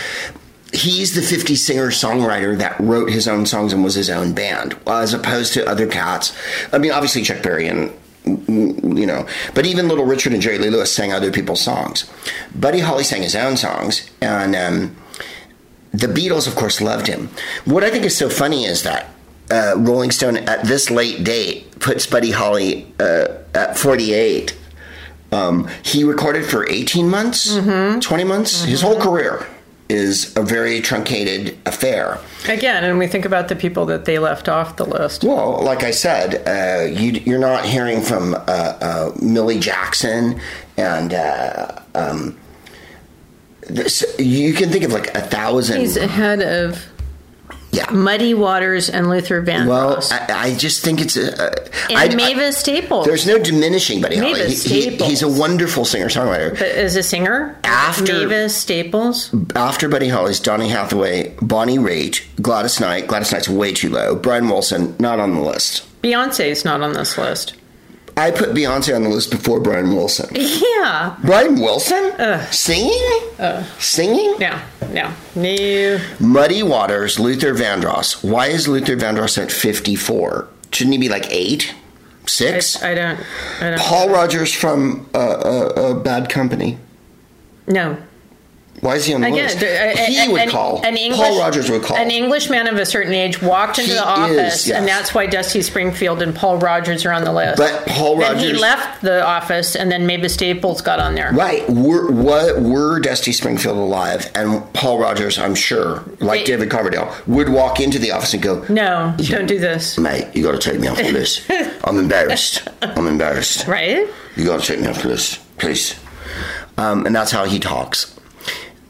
Speaker 1: He's the 50 singer songwriter that wrote his own songs and was his own band, as opposed to other cats. I mean, obviously, Chuck Berry and you know. But even Little Richard and Jerry Lee Lewis sang other people's songs. Buddy Holly sang his own songs, and um, the Beatles, of course, loved him. What I think is so funny is that uh, Rolling Stone at this late date puts Buddy Holly uh, at 48. Um, he recorded for 18 months,
Speaker 2: Mm-hmm.
Speaker 1: 20 months. His whole career is a very truncated affair.
Speaker 2: Again, and we think about the people that they left off the list.
Speaker 1: Well, like I said, uh, you, you're not hearing from uh, uh, Millie Jackson, and uh, um, this, you can think of like a thousand.
Speaker 2: He's ahead of
Speaker 1: yeah.
Speaker 2: Muddy Waters and Luther Vandross.
Speaker 1: Well, I, I just think it's a. a
Speaker 2: and
Speaker 1: I- I-
Speaker 2: Mavis Staples.
Speaker 1: there's no diminishing Buddy Holly.
Speaker 2: Mavis
Speaker 1: He- he-
Speaker 2: Staples.
Speaker 1: he's a wonderful singer songwriter.
Speaker 2: But as a singer,
Speaker 1: After-
Speaker 2: Mavis Staples,
Speaker 1: After Buddy Holly's Donny Hathaway, Bonnie Raitt, Gladys Knight. Gladys Knight's way too low. Brian Wilson, not on the list.
Speaker 2: Beyonce's not on this list.
Speaker 1: I put Beyonce on the list before Brian Wilson.
Speaker 2: Yeah.
Speaker 1: Brian Wilson? Singing? Singing?
Speaker 2: No, no. No.
Speaker 1: Muddy Waters, Luther Vandross. Why is Luther Vandross at 54? Shouldn't he be like 8? 6?
Speaker 2: I don't. I don't.
Speaker 1: Paul Rogers from uh, uh, uh, Bad Company.
Speaker 2: No.
Speaker 1: Why is he on the
Speaker 2: Again,
Speaker 1: list?
Speaker 2: there- a-
Speaker 1: he
Speaker 2: a-
Speaker 1: would
Speaker 2: an-
Speaker 1: call.
Speaker 2: an English-
Speaker 1: Paul Rogers would call.
Speaker 2: An English man of a certain age walked into
Speaker 1: He
Speaker 2: the office,
Speaker 1: is, yes.
Speaker 2: and that's why Dusty Springfield and Paul Rogers are on the list.
Speaker 1: But Paul
Speaker 2: then he
Speaker 1: Rogers-
Speaker 2: left the office, and then Mavis Staples got on there.
Speaker 1: Right. Were, what, were Dusty Springfield alive and Paul Rogers, I'm sure, like
Speaker 2: It-
Speaker 1: David Coverdale, would walk into the office and go,
Speaker 2: No, don't do this.
Speaker 1: Mate, you got to take me off the list. I'm embarrassed. I'm embarrassed.
Speaker 2: Right?
Speaker 1: You gotta take me off the list, please. Um, and that's how he talks.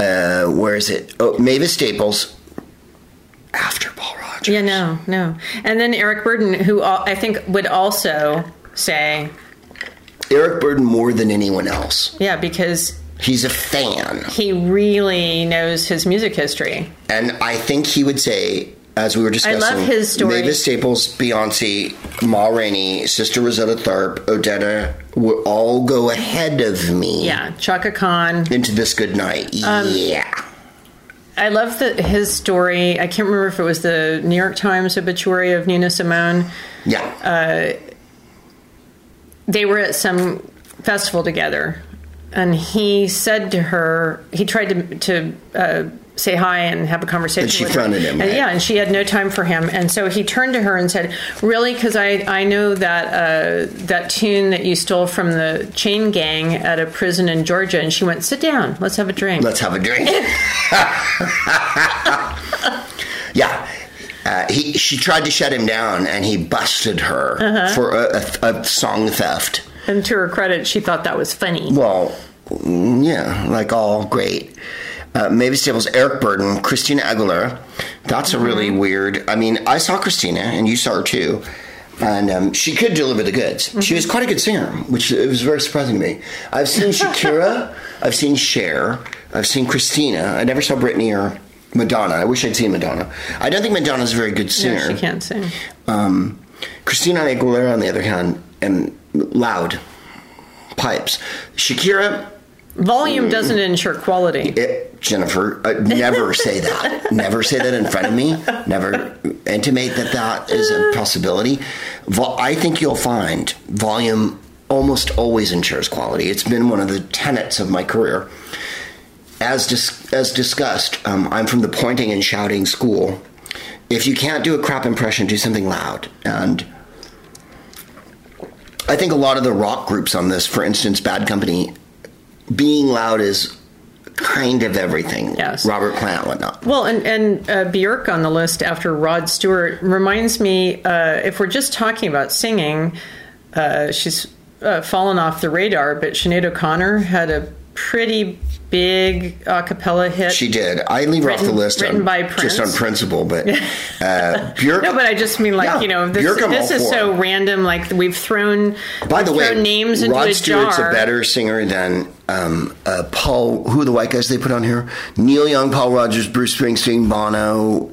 Speaker 1: Uh, where is it? Oh, Mavis Staples after Paul Rogers.
Speaker 2: Yeah, no, no. And then Eric Burden, who al- I think would also say,
Speaker 1: Eric Burden more than anyone else.
Speaker 2: yeah, because
Speaker 1: He's a fan.
Speaker 2: he really knows his music history.
Speaker 1: And I think he would say, as we were discussing,
Speaker 2: his story.
Speaker 1: Mavis Staples, Beyonce, Ma Rainey, Sister Rosetta Tharpe, Odetta will all go ahead of me
Speaker 2: Yeah, Um, Chaka Khan.
Speaker 1: into this good night. yeah.
Speaker 2: I love the, his story. I can't remember if it was the New York Times obituary of Nina Simone.
Speaker 1: Yeah.
Speaker 2: uh, They were at some festival together, and he said to her, he tried to to uh, say hi and have a conversation.
Speaker 1: And she
Speaker 2: with her.
Speaker 1: fronted him,
Speaker 2: And,
Speaker 1: right?
Speaker 2: yeah, and she had no time for him, and so he turned to her and said, "Really? Because I I know that uh, that tune that you stole from the Chain Gang at a prison in Georgia." And she went, "Sit down. Let's have a drink."
Speaker 1: let's have a drink. yeah. Uh, he, she tried to shut him down, and he busted her
Speaker 2: Uh-huh.
Speaker 1: for a, a, a song theft.
Speaker 2: and to her credit, she thought that was funny.
Speaker 1: Well, mm, yeah, like all great. Uh, Mavis Staples, Eric Burden, Christina Aguilera. That's
Speaker 2: Mm-hmm.
Speaker 1: a really weird. I mean, I saw Christina, and you saw her too. And um, she could deliver the goods.
Speaker 2: Mm-hmm.
Speaker 1: She was quite a good singer, which it was very surprising to me. I've seen Shakira, I've seen Cher, I've seen Christina. I never saw Britney or Madonna. I wish I'd seen Madonna. I don't think Madonna's a very good
Speaker 2: No,
Speaker 1: singer.
Speaker 2: she can't sing.
Speaker 1: Um, Christina Aguilera, on the other hand, and loud pipes. Shakira,
Speaker 2: Volume doesn't ensure quality.
Speaker 1: it, Jennifer, uh, never say that. never say that in front of me. Never intimate that that is a possibility. Vol- I think you'll find volume almost always ensures quality. It's been one of the tenets of my career. As dis- as discussed, um, I'm from the pointing and shouting school. If you can't do a crap impression, do something loud and. I think a lot of the rock groups on this, for instance, Bad Company, being loud is kind of everything.
Speaker 2: Yes.
Speaker 1: Robert Plant, whatnot.
Speaker 2: Well, and, and uh, Bjork on the list after Rod Stewart reminds me uh, if we're just talking about singing, uh, she's uh, fallen off the radar, but Sinead O'Connor had a pretty big a cappella hit.
Speaker 1: She did. I leave her off the
Speaker 2: Written-
Speaker 1: list
Speaker 2: written
Speaker 1: on,
Speaker 2: by
Speaker 1: just on
Speaker 2: Prince.
Speaker 1: principle, but uh, Bjork.
Speaker 2: no, but I just mean like
Speaker 1: Yeah,
Speaker 2: you know this,
Speaker 1: Bjork I'm
Speaker 2: this
Speaker 1: all
Speaker 2: is
Speaker 1: for.
Speaker 2: so random. Like we've thrown
Speaker 1: By
Speaker 2: we've
Speaker 1: the way,
Speaker 2: thrown names into
Speaker 1: Rod
Speaker 2: a
Speaker 1: Stewart's
Speaker 2: jar.
Speaker 1: a better singer than um, uh, Paul. Who are the white guys they put on here? Neil Young, Paul Rogers, Bruce Springsteen, Bono.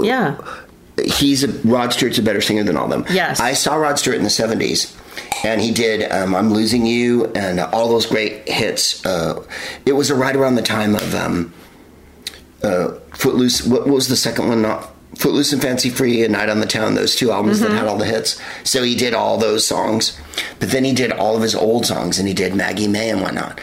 Speaker 1: Uh,
Speaker 2: yeah.
Speaker 1: he's a Rod Stewart's a better singer than all of them.
Speaker 2: Yes.
Speaker 1: I saw Rod Stewart in the '70s, and he did um, "I'm Losing You" and uh, all those great hits. Uh, it was right around the time of um, uh, Footloose. What, what was the second one? Not Footloose and Fancy Free and Night on the Town. Those two albums
Speaker 2: Mm-hmm.
Speaker 1: that had all the hits. So he did all those songs, but then he did all of his old songs, and he did Maggie May and whatnot.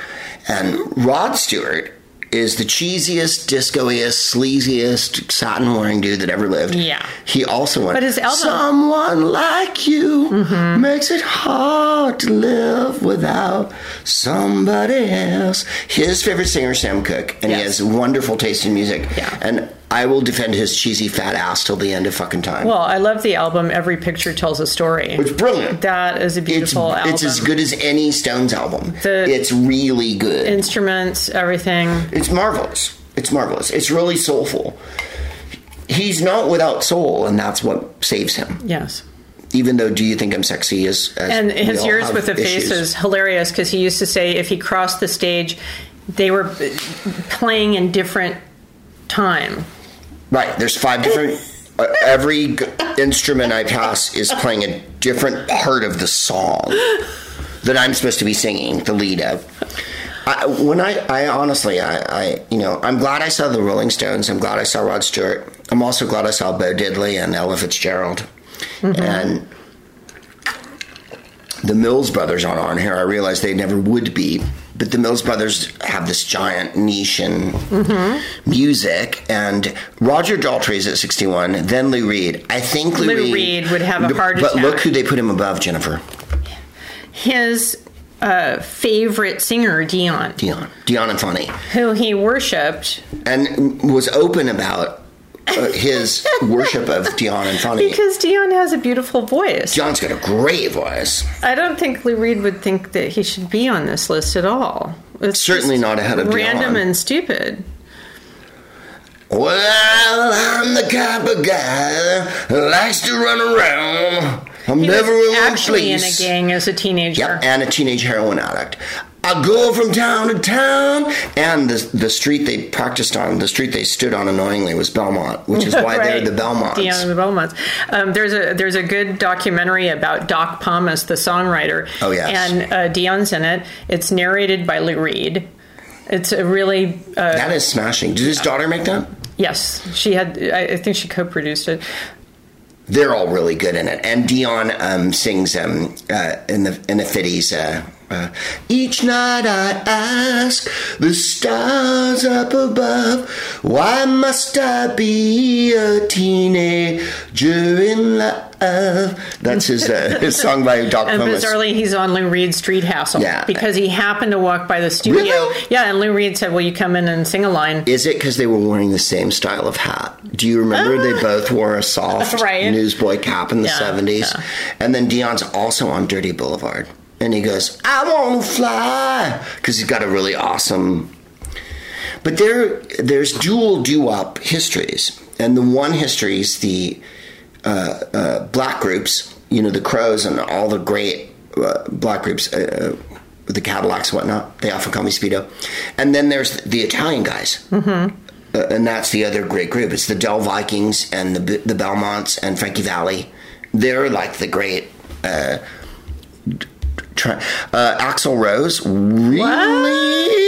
Speaker 1: And Rod Stewart. Is the cheesiest, discoiest, sleaziest satin wearing dude that ever lived.
Speaker 2: Yeah.
Speaker 1: He also went.
Speaker 2: But his album-
Speaker 1: Someone like you makes it hard to live without somebody else. His favorite singer is Sam Cooke, and he
Speaker 2: Yes.
Speaker 1: has wonderful taste in music.
Speaker 2: Yeah.
Speaker 1: And I will defend his cheesy fat ass till the end of fucking time.
Speaker 2: Well, I love the album. Every picture tells a story.
Speaker 1: it's brilliant.
Speaker 2: that is a
Speaker 1: it's,
Speaker 2: beautiful album.
Speaker 1: it's as good as any Stones album.
Speaker 2: The-
Speaker 1: it's really good.
Speaker 2: instruments, everything.
Speaker 1: It's marvelous. It's marvelous. It's really soulful. He's not without soul, and that's what saves him.
Speaker 2: Yes.
Speaker 1: even though "Do You Think I'm Sexy" is as
Speaker 2: And
Speaker 1: we
Speaker 2: his
Speaker 1: all
Speaker 2: years
Speaker 1: have
Speaker 2: with the face
Speaker 1: issues.
Speaker 2: is hilarious because he used to say if he crossed the stage, they were uh, playing in different time.
Speaker 1: right. There's five different uh, every g- instrument I pass is playing a different part of the song that I'm supposed to be singing the lead of. I, when I, I honestly, I, I, you know, I'm glad I saw the Rolling Stones. I'm glad I saw Rod Stewart. I'm also glad I saw Bo Diddley and Ella Fitzgerald.
Speaker 2: Mm-hmm.
Speaker 1: And the Mills brothers aren't on here. I realized they never would be, but the Mills brothers have this giant niche in
Speaker 2: Mm-hmm.
Speaker 1: music. And Roger Daltrey is at 61, then Lou Reed. I think Lou,
Speaker 2: Lou Reed would have a heart
Speaker 1: But look
Speaker 2: attack.
Speaker 1: who they put him above, Jennifer
Speaker 2: His uh, favorite singer, Dion,
Speaker 1: Dion, Dion and Funny,
Speaker 2: who he worshipped
Speaker 1: and was open about uh, his worship of Dion and Funny.
Speaker 2: because Dion has a beautiful voice.
Speaker 1: Dion's got a great voice.
Speaker 2: I don't think Lou Reed would think that he should be on this list at all. It's
Speaker 1: Certainly
Speaker 2: just
Speaker 1: not ahead of
Speaker 2: random
Speaker 1: Dion.
Speaker 2: and stupid.
Speaker 1: Well, I'm the kind of guy that likes to run around. I'm
Speaker 2: He
Speaker 1: never
Speaker 2: was
Speaker 1: alone,
Speaker 2: actually in a
Speaker 1: please.
Speaker 2: gang as a teenager.
Speaker 1: Yep, and a teenage heroin addict. I go from town to town, and the the street they practiced on, the street they stood on annoyingly was Belmont, which is why
Speaker 2: Right.
Speaker 1: they're the Belmonts.
Speaker 2: Dion and the Belmonts. Um, there's a there's a good documentary about Doc Pomus, the songwriter.
Speaker 1: Oh, yes.
Speaker 2: and uh, Dion's in it. It's narrated by Lou Reed. It's a really uh,
Speaker 1: That is smashing. Did his daughter make that?
Speaker 2: yes. She had I, I think she co-produced it.
Speaker 1: They're all really good in it, and Dion um, sings um, uh, in the in the fitties. Uh, uh, Each night I ask the stars up above, why must I be a teenager in love? That's his, uh, his song by Doc
Speaker 2: And
Speaker 1: Pomus.
Speaker 2: bizarrely, he's on Lou Reed's Street Hassle
Speaker 1: Yeah.
Speaker 2: because he happened to walk by the studio.
Speaker 1: Really?
Speaker 2: Yeah, and Lou Reed said, "Will you come in and sing a line?"
Speaker 1: Is it because they were wearing the same style of hat? Do you remember they both wore a soft
Speaker 2: Uh, Right.
Speaker 1: newsboy cap in the
Speaker 2: Yeah,
Speaker 1: 70s?
Speaker 2: yeah.
Speaker 1: And then Dion's also on Dirty Boulevard. And he goes, I want to fly. Because he's got a really awesome. But there, there's dual doo wop histories. And the one history is the uh, uh, black groups, you know, the Crows and all the great uh, black groups, uh, uh, the Cadillacs and whatnot. They often call me Speedo. And then there's the Italian guys. Uh, and that's the other great group. It's the Dell Vikings and the the Belmonts and Frankie Valley. They're like the great. Uh, try, uh, Axel Rose, really?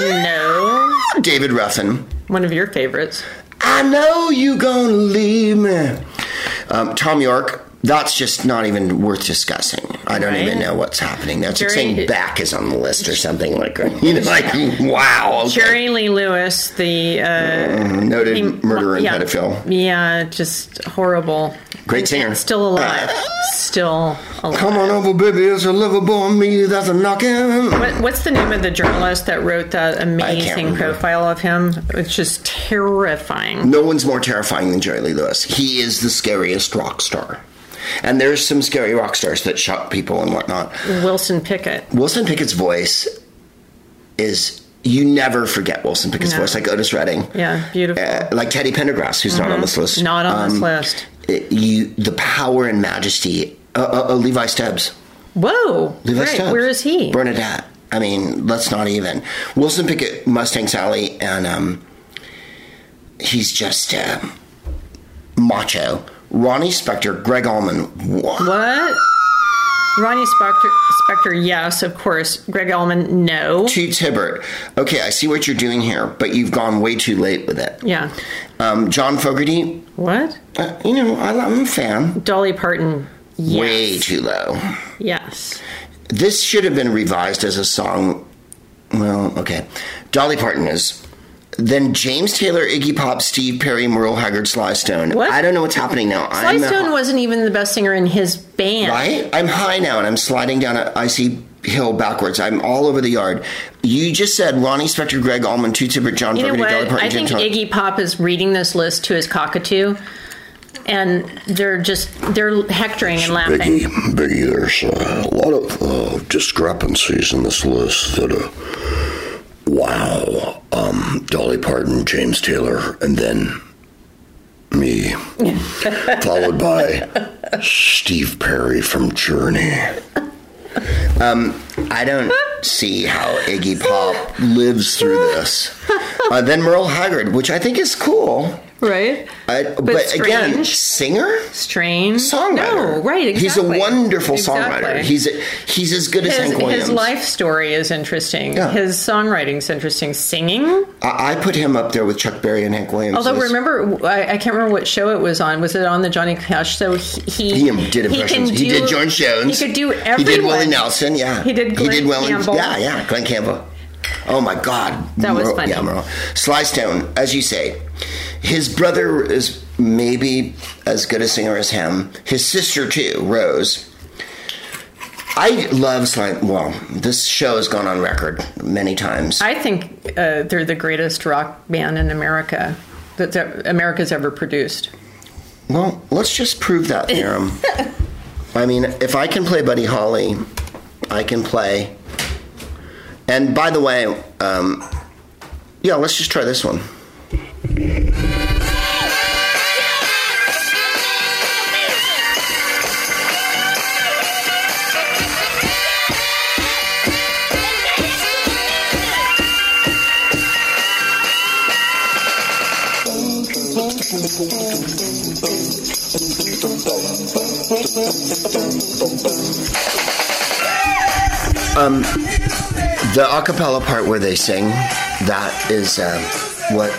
Speaker 2: No,
Speaker 1: David Ruffin.
Speaker 2: one of your favorites.
Speaker 1: I know you gonna leave me. Um, Tom York. That's just not even worth discussing. I don't
Speaker 2: Right.
Speaker 1: even know what's happening. That's like
Speaker 2: Jerry-
Speaker 1: saying back is on the list or something like that. You know, like wow. okay.
Speaker 2: Jerry Lee Lewis, the uh,
Speaker 1: noted
Speaker 2: he-
Speaker 1: murderer and
Speaker 2: yeah.
Speaker 1: pedophile.
Speaker 2: yeah, just horrible.
Speaker 1: Great singer.
Speaker 2: Still alive. Still alive.
Speaker 1: Come on over, baby. It's a lovable on me. That's a knocking.
Speaker 2: What, what's the name of the journalist that wrote that amazing
Speaker 1: remember.
Speaker 2: profile of him? It's just terrifying.
Speaker 1: No one's more terrifying than Jerry Lee Lewis. He is the scariest rock star. And there's some scary rock stars that shot people and whatnot.
Speaker 2: Wilson Pickett.
Speaker 1: Wilson Pickett's voice is you never forget Wilson Pickett's
Speaker 2: No.
Speaker 1: voice, like Otis Redding.
Speaker 2: Yeah, beautiful. Mm-hmm.
Speaker 1: Uh, like Teddy Pendergrass, who's not on this list.
Speaker 2: Not on this
Speaker 1: Um,
Speaker 2: list.
Speaker 1: it- you, the power and majesty. Uh, uh, uh, Levi Stubbs.
Speaker 2: Whoa.
Speaker 1: Levi
Speaker 2: Right,
Speaker 1: Stubbs.
Speaker 2: Where is he?
Speaker 1: Bernadette. I mean, let's not even. Wilson Pickett, Mustang Sally, and um, he's just uh, macho. Ronnie Spector, Greg Allman. What?
Speaker 2: What? Ronnie Spector, Spector, yes, of course. Greg Allman, no.
Speaker 1: Toots Hibbert. Okay, I see what you're doing here, but you've gone way too late with it.
Speaker 2: Yeah.
Speaker 1: Um, John Fogerty,
Speaker 2: What?
Speaker 1: uh, you know, I, I'm a fan.
Speaker 2: Dolly Parton, yes.
Speaker 1: Way too low.
Speaker 2: Yes.
Speaker 1: This should have been revised as a song. Well, okay. Dolly Parton is. Then James Taylor, Iggy Pop, Steve Perry, Merle Haggard, Sly Stone.
Speaker 2: What?
Speaker 1: I don't know what's happening now.
Speaker 2: Sly
Speaker 1: I'm
Speaker 2: Stone
Speaker 1: uh,
Speaker 2: wasn't even the best singer in his band.
Speaker 1: Right? I'm high now and I'm sliding down an icy hill backwards. I'm all over the yard. You just said Ronnie Spector, Greg Allman, Toots Hibbert, John
Speaker 2: You know
Speaker 1: Fogerty,
Speaker 2: what?
Speaker 1: Dolly Parton,
Speaker 2: I think
Speaker 1: James Taylor.
Speaker 2: Iggy Pop is reading this list to his cockatoo, and they're just they're hectoring and laughing.
Speaker 4: Biggie, Biggie, there's uh, a lot of uh, discrepancies in this list that, uh, wow, um, Dolly Parton, James Taylor, and then me, followed by Steve Perry from Journey.
Speaker 1: I don't see how Iggy Pop lives through this. Uh, then Merle Haggard, which I think is cool.
Speaker 2: right?
Speaker 1: I, but, again,
Speaker 2: strange.
Speaker 1: singer,
Speaker 2: strange
Speaker 1: songwriter.
Speaker 2: No, right? Exactly.
Speaker 1: He's a wonderful
Speaker 2: Exactly.
Speaker 1: songwriter. He's a, he's as good as
Speaker 2: his,
Speaker 1: Hank Williams.
Speaker 2: his life story is interesting.
Speaker 1: Yeah.
Speaker 2: His songwriting's interesting. Singing,
Speaker 1: I, I put him up there with Chuck Berry and Hank Williams.
Speaker 2: although
Speaker 1: as-
Speaker 2: remember, I, I can't remember what show it was on. Was it on the Johnny Cash? So he he,
Speaker 1: He did impressions.
Speaker 2: can
Speaker 1: He,
Speaker 2: do-
Speaker 1: did George Jones.
Speaker 2: He could do
Speaker 1: He
Speaker 2: everyone.
Speaker 1: did Willie Nelson. Yeah.
Speaker 2: He did Glenn Campbell.
Speaker 1: Yeah, yeah. Glenn Campbell. Oh my God.
Speaker 2: That was
Speaker 1: Merle-
Speaker 2: funny.
Speaker 1: Yeah, Merle. Sly Stone, as you say, his brother is maybe as good a singer as him. His sister too, Rose. I love Sly. Well, this show has gone on record many times.
Speaker 2: I think uh, they're the greatest rock band in America that that America's ever produced.
Speaker 1: Well, let's just prove that theorem. I mean, if I can play Buddy Holly, I can play. And by the way, um, yeah, let's just try this one. The a cappella part where they sing, that is uh, what.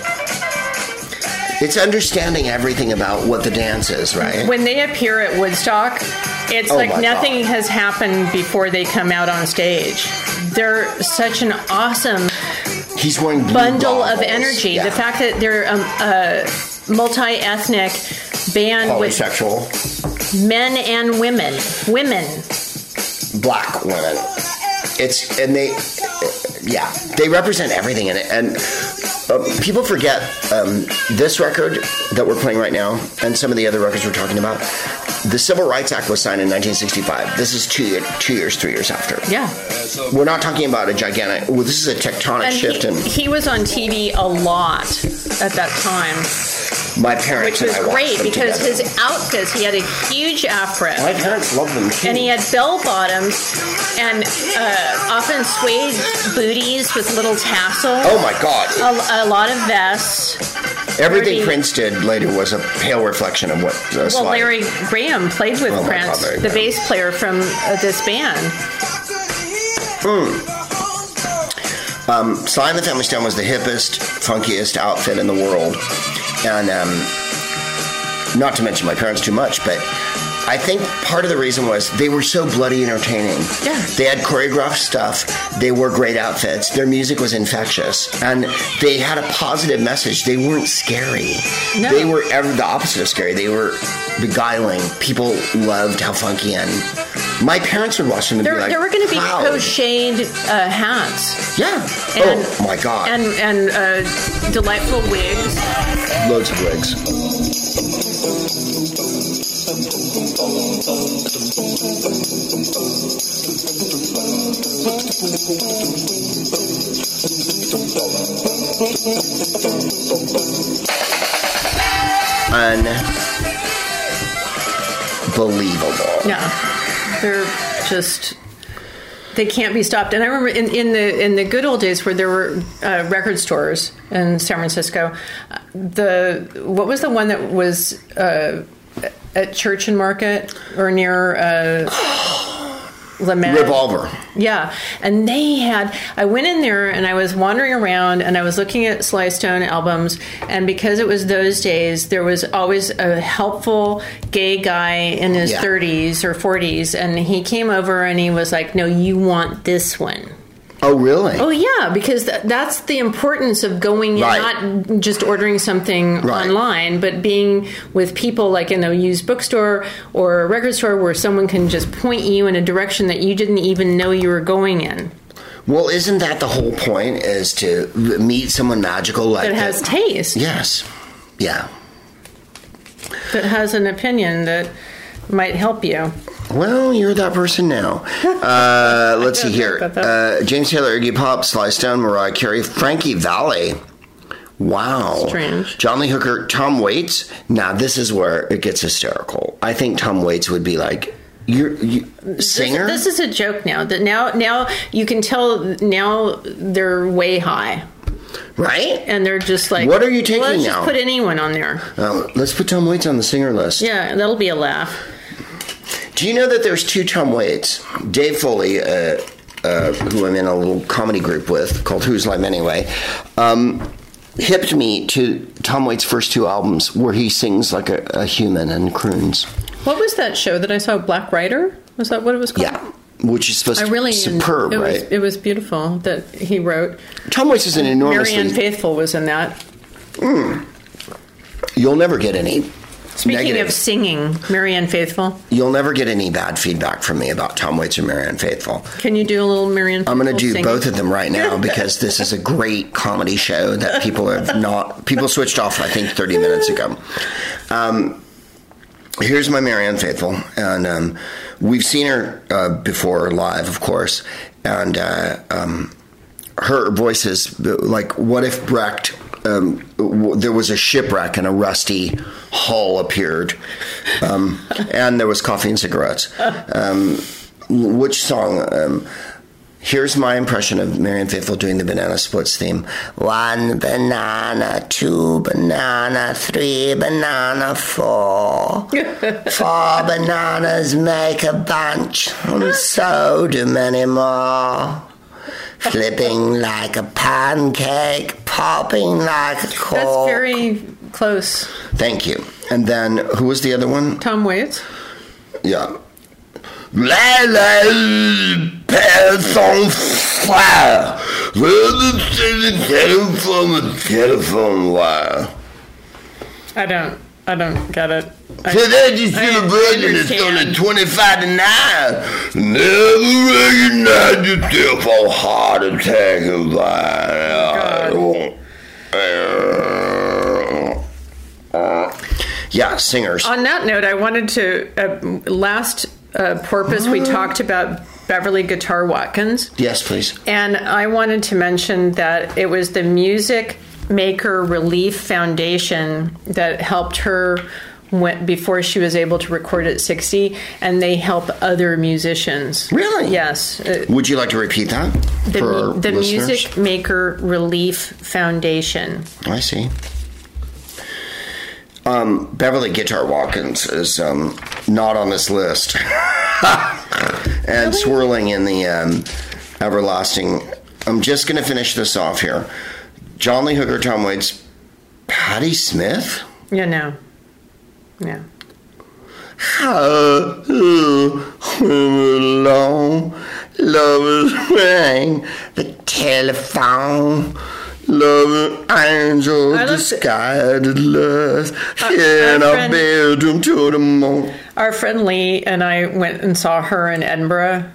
Speaker 1: It's understanding everything about what the dance is, right?
Speaker 2: When they appear at Woodstock, it's
Speaker 1: Oh
Speaker 2: like
Speaker 1: my
Speaker 2: nothing
Speaker 1: God.
Speaker 2: has happened before they come out on stage. They're such an awesome
Speaker 1: He's wearing blue
Speaker 2: bundle of
Speaker 1: goggles.
Speaker 2: energy.
Speaker 1: Yeah.
Speaker 2: The fact that they're um, a multi-ethnic band with
Speaker 1: polysexual,
Speaker 2: men and women, women.
Speaker 1: black women. It's and they, yeah, they represent everything in it. And um, people forget um, this record that we're playing right now, and some of the other records we're talking about. The Civil Rights Act was signed in 1965. This is two year, two years, three years after.
Speaker 2: Yeah.
Speaker 1: We're not talking about a gigantic. Well, this is a tectonic
Speaker 2: And
Speaker 1: shift.
Speaker 2: he,
Speaker 1: And
Speaker 2: he was on TV a lot at that time,
Speaker 1: my parents
Speaker 2: which was
Speaker 1: and I watched
Speaker 2: great
Speaker 1: them
Speaker 2: because
Speaker 1: together.
Speaker 2: his outfits, he had a huge afro.
Speaker 1: my parents loved them too.
Speaker 2: and he had bell bottoms and uh, often suede booties with little tassels.
Speaker 1: oh my God!
Speaker 2: A, a lot of vests.
Speaker 1: Everything
Speaker 2: Bernie-
Speaker 1: Prince did later was a pale reflection of what. Uh,
Speaker 2: Well, Larry Graham played with
Speaker 1: Oh my
Speaker 2: Prince,
Speaker 1: God, Larry
Speaker 2: the
Speaker 1: Graham.
Speaker 2: bass player from uh, this band.
Speaker 3: Hmm.
Speaker 1: Sly and the Um, Family Stone was the hippest, funkiest outfit in the world, and um, not to mention my parents too much, but I think part of the reason was they were so bloody entertaining.
Speaker 2: Yeah.
Speaker 1: They had choreographed stuff. They wore great outfits. Their music was infectious, and they had a positive message. They weren't scary.
Speaker 2: No.
Speaker 1: They were ever the opposite of scary. They were beguiling. People loved how funky and. My parents would watch them and
Speaker 2: There,
Speaker 1: be like,
Speaker 2: there were going to be
Speaker 1: "Wow."
Speaker 2: crocheted uh, hats
Speaker 1: Yeah.
Speaker 2: and-
Speaker 1: oh my God.
Speaker 2: and and uh, delightful wigs.
Speaker 1: Loads of wigs. Unbelievable.
Speaker 2: Yeah, they're just they can't be stopped. And I remember in, in the in the good old days where there were uh, record stores in San Francisco, uh, the what was the one that was uh, at Church and Market or near uh, Lamette?
Speaker 1: Revolver.
Speaker 2: Yeah, and they had. I went in there and I was wandering around and I was looking at Sly Stone albums, and because it was those days, there was always a helpful gay guy in his
Speaker 1: Yeah.
Speaker 2: 30s or 40s, and he came over and he was like, "No, you want this one."
Speaker 1: Oh, really?
Speaker 2: Oh yeah, because th- that's the importance of going in,
Speaker 1: Right.
Speaker 2: not just ordering something
Speaker 1: Right.
Speaker 2: online, but being with people like in a used bookstore or a record store where someone can just point you in a direction that you didn't even know you were going in
Speaker 1: Well, isn't that the whole point? Is to meet someone magical like
Speaker 2: that has taste,
Speaker 1: Yes. Yeah.
Speaker 2: that has an opinion that might help you.
Speaker 1: Well, you're that person now. Uh, let's see here.
Speaker 2: about that.
Speaker 1: Uh, James Taylor, Iggy Pop, Sly Stone, Mariah Carey, Frankie Valley. Wow.
Speaker 2: Strange.
Speaker 1: John Lee Hooker, Tom Waits. Now, this is where it gets hysterical. I think Tom Waits would be like, you're you, singer?
Speaker 2: This is a joke now. That now now you can tell now they're way high.
Speaker 1: Right?
Speaker 2: and they're just like,
Speaker 1: What are you taking
Speaker 2: well, let's
Speaker 1: now?"
Speaker 2: Just put anyone on there.
Speaker 1: Um, let's put Tom Waits on the singer list.
Speaker 2: Yeah, that'll be a laugh.
Speaker 1: Do you know that there's two Tom Waits? Dave Foley, uh, uh, who I'm in a little comedy group with called Who's Lime Anyway, um, hipped me to Tom Waits' first two albums where he sings like a, a human and croons.
Speaker 2: What was that show that I saw? Black Rider was that what it was called?
Speaker 1: Yeah. Which is supposed
Speaker 2: I really
Speaker 1: to be superb,
Speaker 2: it
Speaker 1: right?
Speaker 2: Was, it was beautiful that he wrote.
Speaker 1: Tom Waits is an
Speaker 2: Marianne
Speaker 1: enormously.
Speaker 2: Faithful was in that.
Speaker 1: you'll never get any.
Speaker 2: Speaking
Speaker 1: negative-
Speaker 2: of singing, Marianne Faithful,
Speaker 1: you'll never get any bad feedback from me about Tom Waits or Marianne Faithful.
Speaker 2: can you do a little Marianne?
Speaker 1: I'm going to
Speaker 2: Faithful
Speaker 1: do
Speaker 2: singing?
Speaker 1: both of them right now because this is a great comedy show that people have not people switched off. I think 30 minutes ago. Um, here's my Marianne Faithful, and um, we've seen her uh, before live, of course, and uh, um, her voice is like what if Brecht. Um, w- there was a shipwreck and a rusty hull appeared, um, and there was coffee and cigarettes. Um, which song? Um, Here's my impression of Marion Faithful doing the banana splits theme. One banana, two banana, three banana, four. four bananas make a bunch, and so do many more. Flipping like a pancake, popping like a cork.
Speaker 2: That's very close.
Speaker 1: Thank you. And then, who was the other one?
Speaker 2: Tom Waits.
Speaker 1: Yeah. La la pass on fire. Let it to the telephone, the telephone wire.
Speaker 2: I don't. I don't get it. I-
Speaker 1: Today you see
Speaker 2: I
Speaker 1: the virgin is on
Speaker 2: understand.
Speaker 1: at 25 to 9. Never recognize yourself on heart attack and
Speaker 2: God.
Speaker 1: violence. Yeah, singers.
Speaker 2: On that note, I wanted to uh, last uh, porpoise we talked about Beverly Guitar Watkins.
Speaker 1: Yes, please.
Speaker 2: And I wanted to mention that it was the Music Maker Relief Foundation that helped her when, before she was able to record at 60, and they help other musicians.
Speaker 1: Really?
Speaker 2: Yes. Uh,
Speaker 1: Would you like to repeat that? for
Speaker 2: The,
Speaker 1: our
Speaker 2: mu- the
Speaker 1: listeners?
Speaker 2: Music Maker Relief Foundation.
Speaker 1: I see. Um, Beverly Guitar Watkins is um, not on this list, and swirling in the um, everlasting. I'm just going to finish this off here. John Lee Hooker, Tom Waits, Patti Smith.
Speaker 2: Yeah, no. Yeah.
Speaker 1: Uh, How you alone? Love is ring uh, the telephone. Love an angel
Speaker 2: I love- Uh,
Speaker 1: disguised as lust in
Speaker 2: our
Speaker 1: our
Speaker 2: friend-
Speaker 1: bedroom till the morning.
Speaker 2: Our friend Lee and I went and saw her in Edinburgh.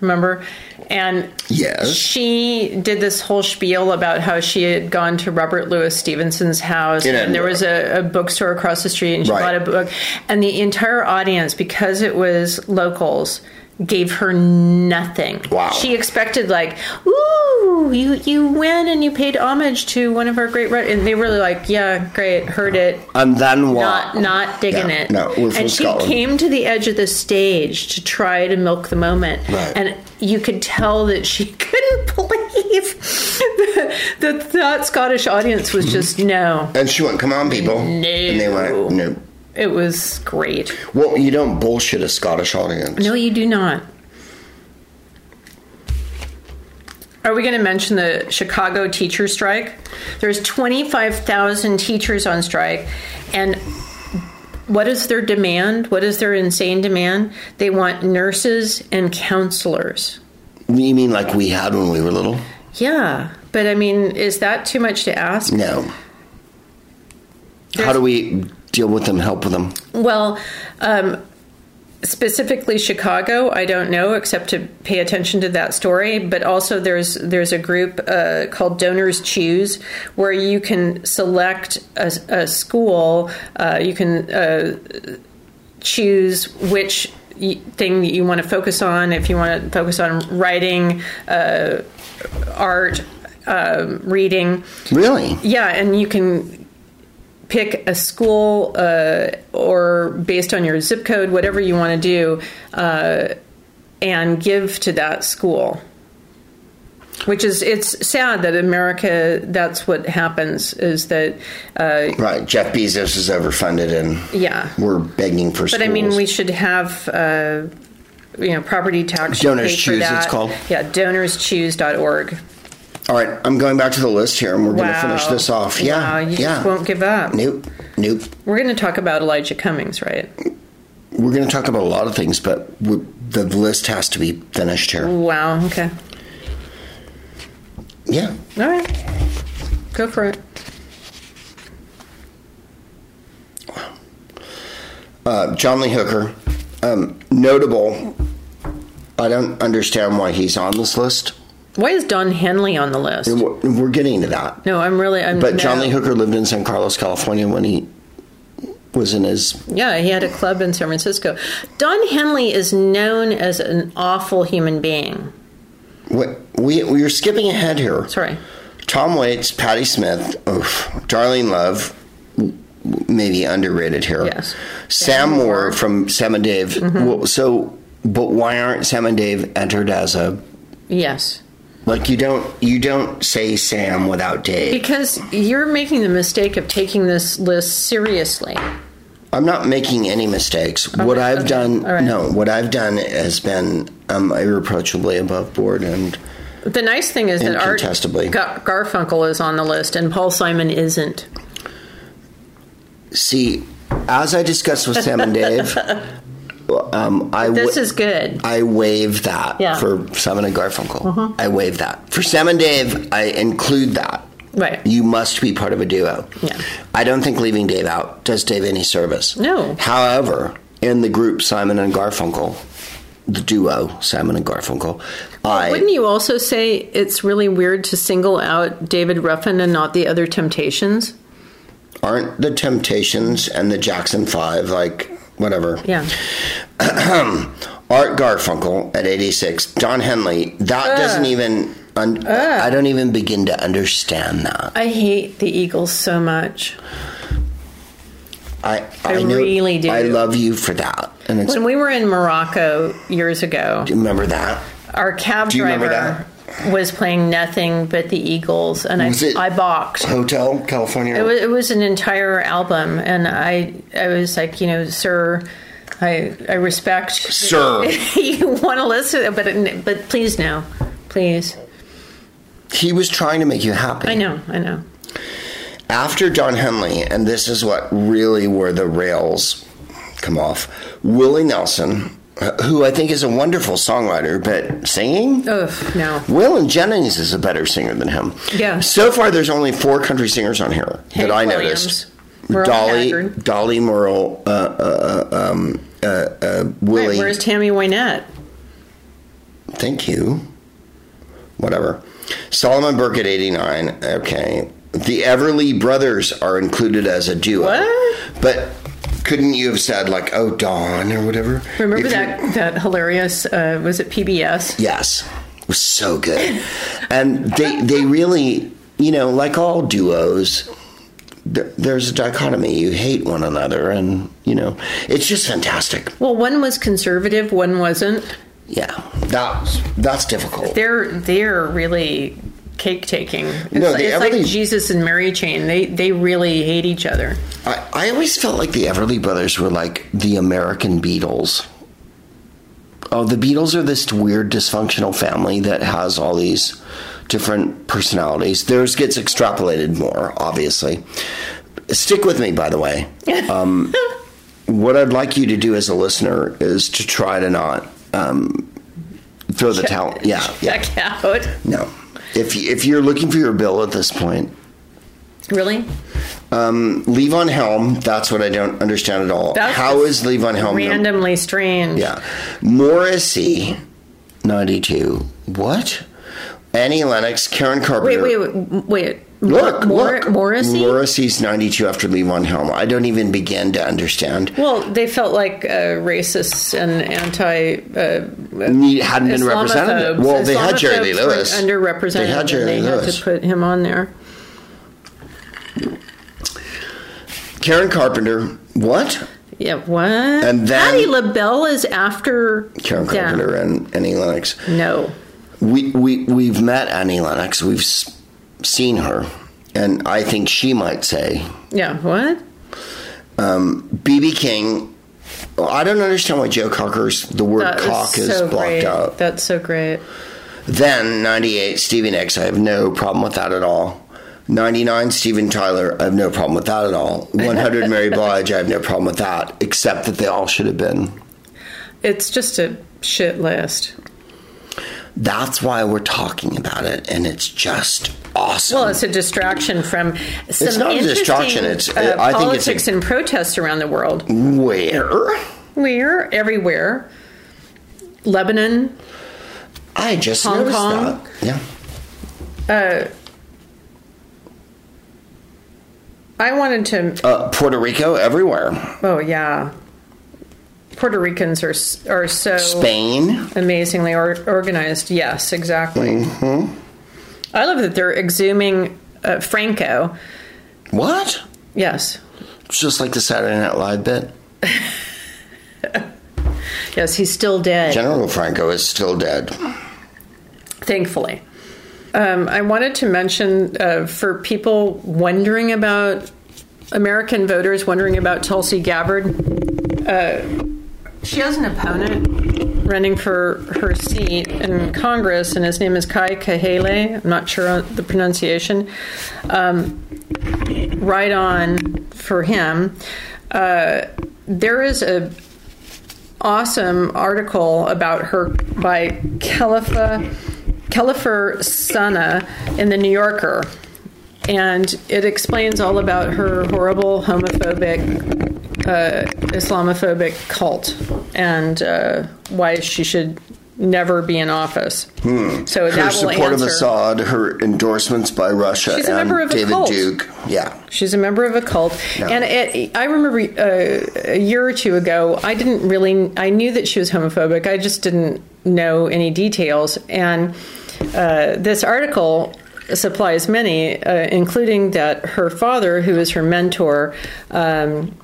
Speaker 2: Remember? And
Speaker 1: Yes,
Speaker 2: she did this whole spiel about how she had gone to Robert Louis Stevenson's house,
Speaker 1: In
Speaker 2: and there
Speaker 1: Edinburgh.
Speaker 2: was a, a bookstore across the street, and she
Speaker 1: Right.
Speaker 2: bought a book, and the entire audience, because it was locals, gave her nothing.
Speaker 1: Wow.
Speaker 2: She expected like, ooh, you you win, and you paid homage to one of our great, writ-" and they were like, yeah, great, heard it,
Speaker 1: and then what?
Speaker 2: not not digging
Speaker 1: Yeah,
Speaker 2: it.
Speaker 1: no, we're from
Speaker 2: and she
Speaker 1: Scotland.
Speaker 2: came to the edge of the stage to try to milk the moment,
Speaker 1: Right.
Speaker 2: and you could tell that she couldn't believe that, that that Scottish audience was just no.
Speaker 1: and she went, "Come on, people!" Mm-hmm. And they went, "No."
Speaker 2: It was great.
Speaker 1: Well, you don't bullshit a Scottish audience.
Speaker 2: No, you do not. Are we going to mention the Chicago teacher strike? There's 25,000 teachers on strike and what is their demand? What is their insane demand? They want nurses and counselors.
Speaker 1: You mean like we had when we were little?
Speaker 2: Yeah, but I mean, is that too much to ask?
Speaker 1: No. How do we deal with them? Help with them?
Speaker 2: Well, um, specifically Chicago, I don't know, except to pay attention to that story. But also, there's there's a group uh, called Donors Choose, where you can select a, a school. Uh, you can uh, choose which y- thing that you want to focus on. If you want to focus on writing, uh, art, um, reading.
Speaker 1: Really?
Speaker 2: Yeah, and you can pick a school uh, or based on your zip code, whatever you want to do, uh, and give to that school. which is it's sad that America. That's what happens is that uh,
Speaker 1: Right. Jeff Bezos is overfunded and
Speaker 2: yeah.
Speaker 1: we're begging for
Speaker 2: But I mean, we should have. Uh, you know, property tax. should
Speaker 1: Donors
Speaker 2: pay for
Speaker 1: Choose, it's
Speaker 2: that.
Speaker 1: called.
Speaker 2: Yeah, donorschoose.org.
Speaker 1: All right, I'm going back to the list here and we're going to finish this off. Yeah.
Speaker 2: Wow, you
Speaker 1: yeah.
Speaker 2: just won't give up.
Speaker 1: Nope. Nope.
Speaker 2: We're going to talk about Elijah Cummings, right?
Speaker 1: We're going to talk about a lot of things, but we, the list has to be finished here.
Speaker 2: Wow. Okay.
Speaker 1: Yeah.
Speaker 2: All right. Go for it.
Speaker 1: Uh, John Lee Hooker, um, notable. I don't understand why he's on this list.
Speaker 2: Why is Don Henley on the list?
Speaker 1: We're, we're getting to that.
Speaker 2: No, I'm really. I'm,
Speaker 1: But
Speaker 2: no.
Speaker 1: John Lee Hooker lived in San Carlos, California when he was in his.
Speaker 2: Yeah, he had a club in San Francisco. Don Henley is known as an awful human being.
Speaker 1: What, we, we are skipping ahead here.
Speaker 2: Sorry.
Speaker 1: Tom Waits, Patti Smith, oof, Darlene Love, w- w- maybe underrated here.
Speaker 2: Yes. Mm-hmm.
Speaker 1: Sam Moore from Sam and Dave. Well, so, but why aren't Sam and Dave entered as a
Speaker 2: Yes.
Speaker 1: like? You don't you don't say Sam without Dave.
Speaker 2: Because you're making the mistake of taking this list seriously.
Speaker 1: I'm not making any mistakes. what I've
Speaker 2: okay,
Speaker 1: done,
Speaker 2: all right.
Speaker 1: no, what I've done has been um, irreproachably above board and.
Speaker 2: The nice thing is that Art
Speaker 1: Incontestably.
Speaker 2: Gar- Garfunkel is on the list and Paul Simon isn't.
Speaker 1: See, as I discussed with Sam and Dave, um, I
Speaker 2: This
Speaker 1: wa-
Speaker 2: is good.
Speaker 1: I waive that
Speaker 2: Yeah. Mm-hmm.
Speaker 1: for Simon and Garfunkel. I waive that for Sam and Dave. I include that.
Speaker 2: Right.
Speaker 1: You must be part of a duo.
Speaker 2: Yeah.
Speaker 1: I don't think leaving Dave out does Dave any service.
Speaker 2: No.
Speaker 1: However, in the group Simon and Garfunkel, the duo Simon and Garfunkel, I
Speaker 2: Wouldn't you also say it's really weird to single out David Ruffin and not the other Temptations?
Speaker 1: aren't the Temptations and the Jackson Five like whatever.
Speaker 2: Yeah.
Speaker 1: Art Garfunkel at 86, Don Henley. That doesn't even. Un- I don't even begin to understand that.
Speaker 2: I hate the Eagles so much.
Speaker 1: I I,
Speaker 2: I
Speaker 1: know-
Speaker 2: really do.
Speaker 1: I love you for that, and it's
Speaker 2: When we were in Morocco years ago,
Speaker 1: remember that.
Speaker 2: our cab
Speaker 1: you remember
Speaker 2: driver was playing nothing but the Eagles, and I,
Speaker 1: Was it-
Speaker 2: I balked.
Speaker 1: Hotel California.
Speaker 2: It was, it was an entire album, and I I was like, you know, sir, I I respect
Speaker 1: Sir,
Speaker 2: you want to listen, but it, but please no, please.
Speaker 1: he was trying to make you happy.
Speaker 2: I know, I know.
Speaker 1: After Don Henley, and this is what really were the rails come off. Willie Nelson, who I think is a wonderful songwriter, but singing.
Speaker 2: Ugh, no.
Speaker 1: Will and Jennings is a better singer than him.
Speaker 2: Yeah.
Speaker 1: So far, there's only four country singers on here
Speaker 2: Hank
Speaker 1: that I
Speaker 2: Williams,
Speaker 1: noticed.
Speaker 2: Merle
Speaker 1: Dolly,
Speaker 2: Haggard.
Speaker 1: Dolly Merle, uh, uh, uh, um, uh, uh, Willie.
Speaker 2: Right, where's Tammy Wynette?
Speaker 1: Thank you. Whatever. Solomon Burke at 89. Okay. The Everly brothers are included as a duo.
Speaker 2: What?
Speaker 1: But couldn't you have said, like, oh, Dawn or whatever?
Speaker 2: Remember
Speaker 1: If you-
Speaker 2: that that hilarious? Uh, was it PBS?
Speaker 1: Yes. It was so good. And they they really, you know, like all duos, th- there's a dichotomy. You hate one another and, you know, it's just fantastic.
Speaker 2: Well, one was conservative, one wasn't.
Speaker 1: Yeah. That's that's difficult.
Speaker 2: They're they're really cake taking. It's,
Speaker 1: No,
Speaker 2: like,
Speaker 1: they-
Speaker 2: it's like
Speaker 1: everything-
Speaker 2: Jesus and Mary chain. They they really hate each other.
Speaker 1: I, I always felt like the Everly brothers were like the American Beatles. Oh, the Beatles are this weird dysfunctional family that has all these different personalities. Theirs gets extrapolated more, obviously. Stick with me, by the way. Um, what I'd like you to do as a listener is to try to not um, throw the towel. Yeah, yeah.
Speaker 2: Check out.
Speaker 1: No. If, you- if you're looking for your bill at this point,
Speaker 2: Really?
Speaker 1: Levon Um, Helm, that's what I don't understand at all.
Speaker 2: That's
Speaker 1: How is Levon Helm? the-
Speaker 2: Randomly strange.
Speaker 1: Oh, yeah. Morrissey, 92. What? Annie Lennox, Karen
Speaker 2: Wait,
Speaker 1: Carpenter.
Speaker 2: wait, wait. wait.
Speaker 1: Look,
Speaker 2: Mor-
Speaker 1: look.
Speaker 2: Morrissey?
Speaker 1: Morrissey's 92 after Levon Helm. I don't even begin to understand.
Speaker 2: well, they felt like uh, racists and anti. Uh,
Speaker 1: He hadn't been represented.
Speaker 2: Islamophobes.
Speaker 1: Well, they had Jerry Lee
Speaker 2: Islamophobes were
Speaker 1: Lewis.
Speaker 2: Underrepresented.
Speaker 1: They had Jerry
Speaker 2: and they had
Speaker 1: Lewis.
Speaker 2: to put him on there.
Speaker 1: Karen Carpenter. What?
Speaker 2: Yeah, what?
Speaker 1: then-
Speaker 2: Patti LaBelle is after
Speaker 1: Karen
Speaker 2: them.
Speaker 1: Carpenter and Annie Lennox.
Speaker 2: No.
Speaker 1: we, we we've met Annie Lennox. We've s- seen her, and I think she might say
Speaker 2: Yeah. What?
Speaker 1: BB King. well, I don't understand why Joe Cocker's the word
Speaker 2: That
Speaker 1: cock is
Speaker 2: so
Speaker 1: blocked
Speaker 2: great.
Speaker 1: out.
Speaker 2: That's so great.
Speaker 1: Then 98, Stevie Nicks, I have no problem with that at all. 99, Steven Tyler, I have no problem with that at all. 100, Mary Blige, I have no problem with that, except that they all should have been.
Speaker 2: It's just a shit list.
Speaker 1: That's why we're talking about it, and it's just awesome.
Speaker 2: Well, it's a distraction from some
Speaker 1: not a
Speaker 2: interesting
Speaker 1: distraction, it's-
Speaker 2: uh,
Speaker 1: I think it's
Speaker 2: politics
Speaker 1: a- Mm.
Speaker 2: and protests around the world.
Speaker 1: Where?
Speaker 2: We're everywhere. Lebanon,
Speaker 1: I just
Speaker 2: Hong
Speaker 1: noticed
Speaker 2: Kong?
Speaker 1: that. Yeah.
Speaker 2: I wanted to.
Speaker 1: Uh, Puerto Rico, everywhere.
Speaker 2: Oh yeah, Puerto Ricans are s- are so
Speaker 1: Spain.
Speaker 2: amazingly or, organized. Yes, exactly.
Speaker 1: Mm-hmm.
Speaker 2: I love that they're exhuming uh, Franco.
Speaker 1: What?
Speaker 2: Yes,
Speaker 1: It's just like the Saturday Night Live bit.
Speaker 2: yes, he's still dead.
Speaker 1: General Franco is still dead.
Speaker 2: thankfully. Um, I wanted to mention uh, for people wondering about American voters wondering about Tulsi Gabbard, uh, she has an opponent running for her seat in Congress, and his name is Kai Kahale. I'm not sure on the pronunciation. Um, right on for him. Uh, there is a awesome article about her by Khalifa Khalifer Sana in the New Yorker. And it explains all about her horrible homophobic, uh, Islamophobic cult and uh, why she should never be in office. So that
Speaker 1: Hmm. Her
Speaker 2: will
Speaker 1: support of
Speaker 2: answer.
Speaker 1: Assad, her endorsements by Russia,
Speaker 2: She's a
Speaker 1: and
Speaker 2: member of a
Speaker 1: David
Speaker 2: cult.
Speaker 1: Duke. Yeah.
Speaker 2: She's a member of a cult, and it, I remember uh, a year or two ago, I didn't really, I knew that she was homophobic. I just didn't know any details, and uh, this article supplies many, uh, including that her father, who is her mentor, um,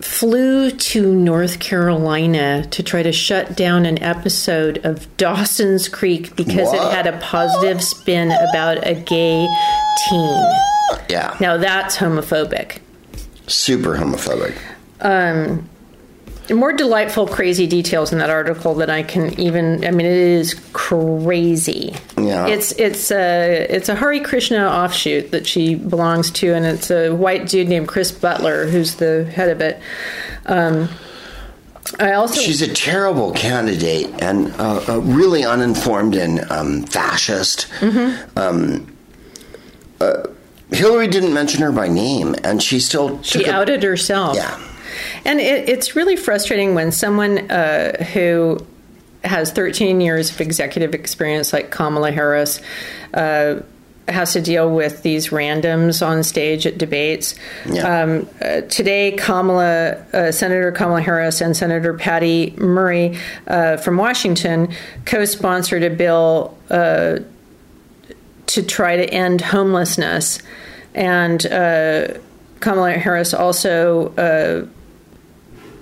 Speaker 2: flew to North Carolina to try to shut down an episode of Dawson's Creek because
Speaker 1: What?
Speaker 2: it had a positive spin about a gay teen.
Speaker 1: Yeah.
Speaker 2: Now that's homophobic.
Speaker 1: Super homophobic.
Speaker 2: More delightful, crazy details in that article than I can even. I mean, it is crazy.
Speaker 1: Yeah.
Speaker 2: It's it's a it's a Hari Krishna offshoot that she belongs to, and it's a white dude named Chris Butler who's the head of it. Um, I also
Speaker 1: She's a terrible candidate and uh, uh, really uninformed and um, fascist.
Speaker 2: Mm-hmm.
Speaker 1: Um, uh, Hillary didn't mention her by name, and she still
Speaker 2: she
Speaker 1: took a-
Speaker 2: outed herself.
Speaker 1: Yeah.
Speaker 2: And it, it's really frustrating when someone uh, who has 13 years of executive experience, like Kamala Harris, uh, has to deal with these randoms on stage at debates.
Speaker 1: Yeah.
Speaker 2: Um, uh, today, Kamala, uh, Senator Kamala Harris and Senator Patty Murray uh, from Washington co sponsored a bill uh, to try to end homelessness. And uh, Kamala Harris also uh,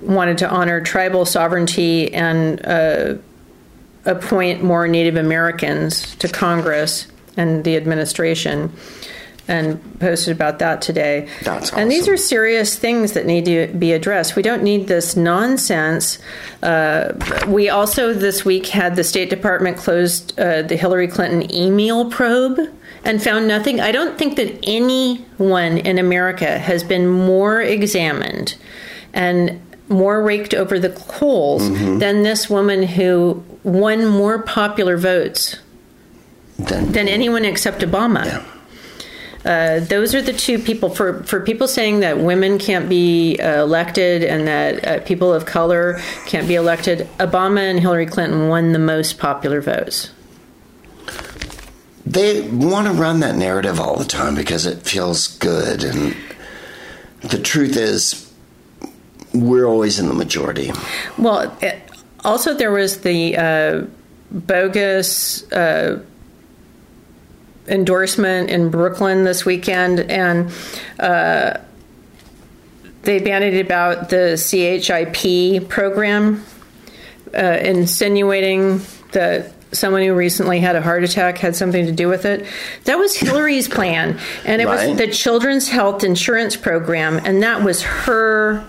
Speaker 2: wanted to honor tribal sovereignty and uh, appoint more Native Americans to Congress and the administration. And posted about that today.
Speaker 1: That's
Speaker 2: And these
Speaker 1: awesome.
Speaker 2: are serious things that need to be addressed. We don't need this nonsense we also this week had the State Department closed uh, the Hillary Clinton email probe and found nothing. I don't think that anyone in America has been more examined and more raked over the coals than this woman who won more popular votes
Speaker 1: Then,
Speaker 2: than anyone except Obama.
Speaker 1: Yeah.
Speaker 2: Uh, those are the two people for for people saying that women can't be uh, elected and that uh, people of color can't be elected. Obama and Hillary Clinton won the most popular votes.
Speaker 1: they want to run that narrative all the time because it feels good. And the truth is, we're always in the majority.
Speaker 2: Well, it, also there was the uh, bogus uh, endorsement in Brooklyn this weekend, and uh, they bandied about the CHIP program, uh, insinuating that someone who recently had a heart attack had something to do with it. That was Hillary's plan, and it
Speaker 1: Right.
Speaker 2: was the Children's Health Insurance Program, and that was her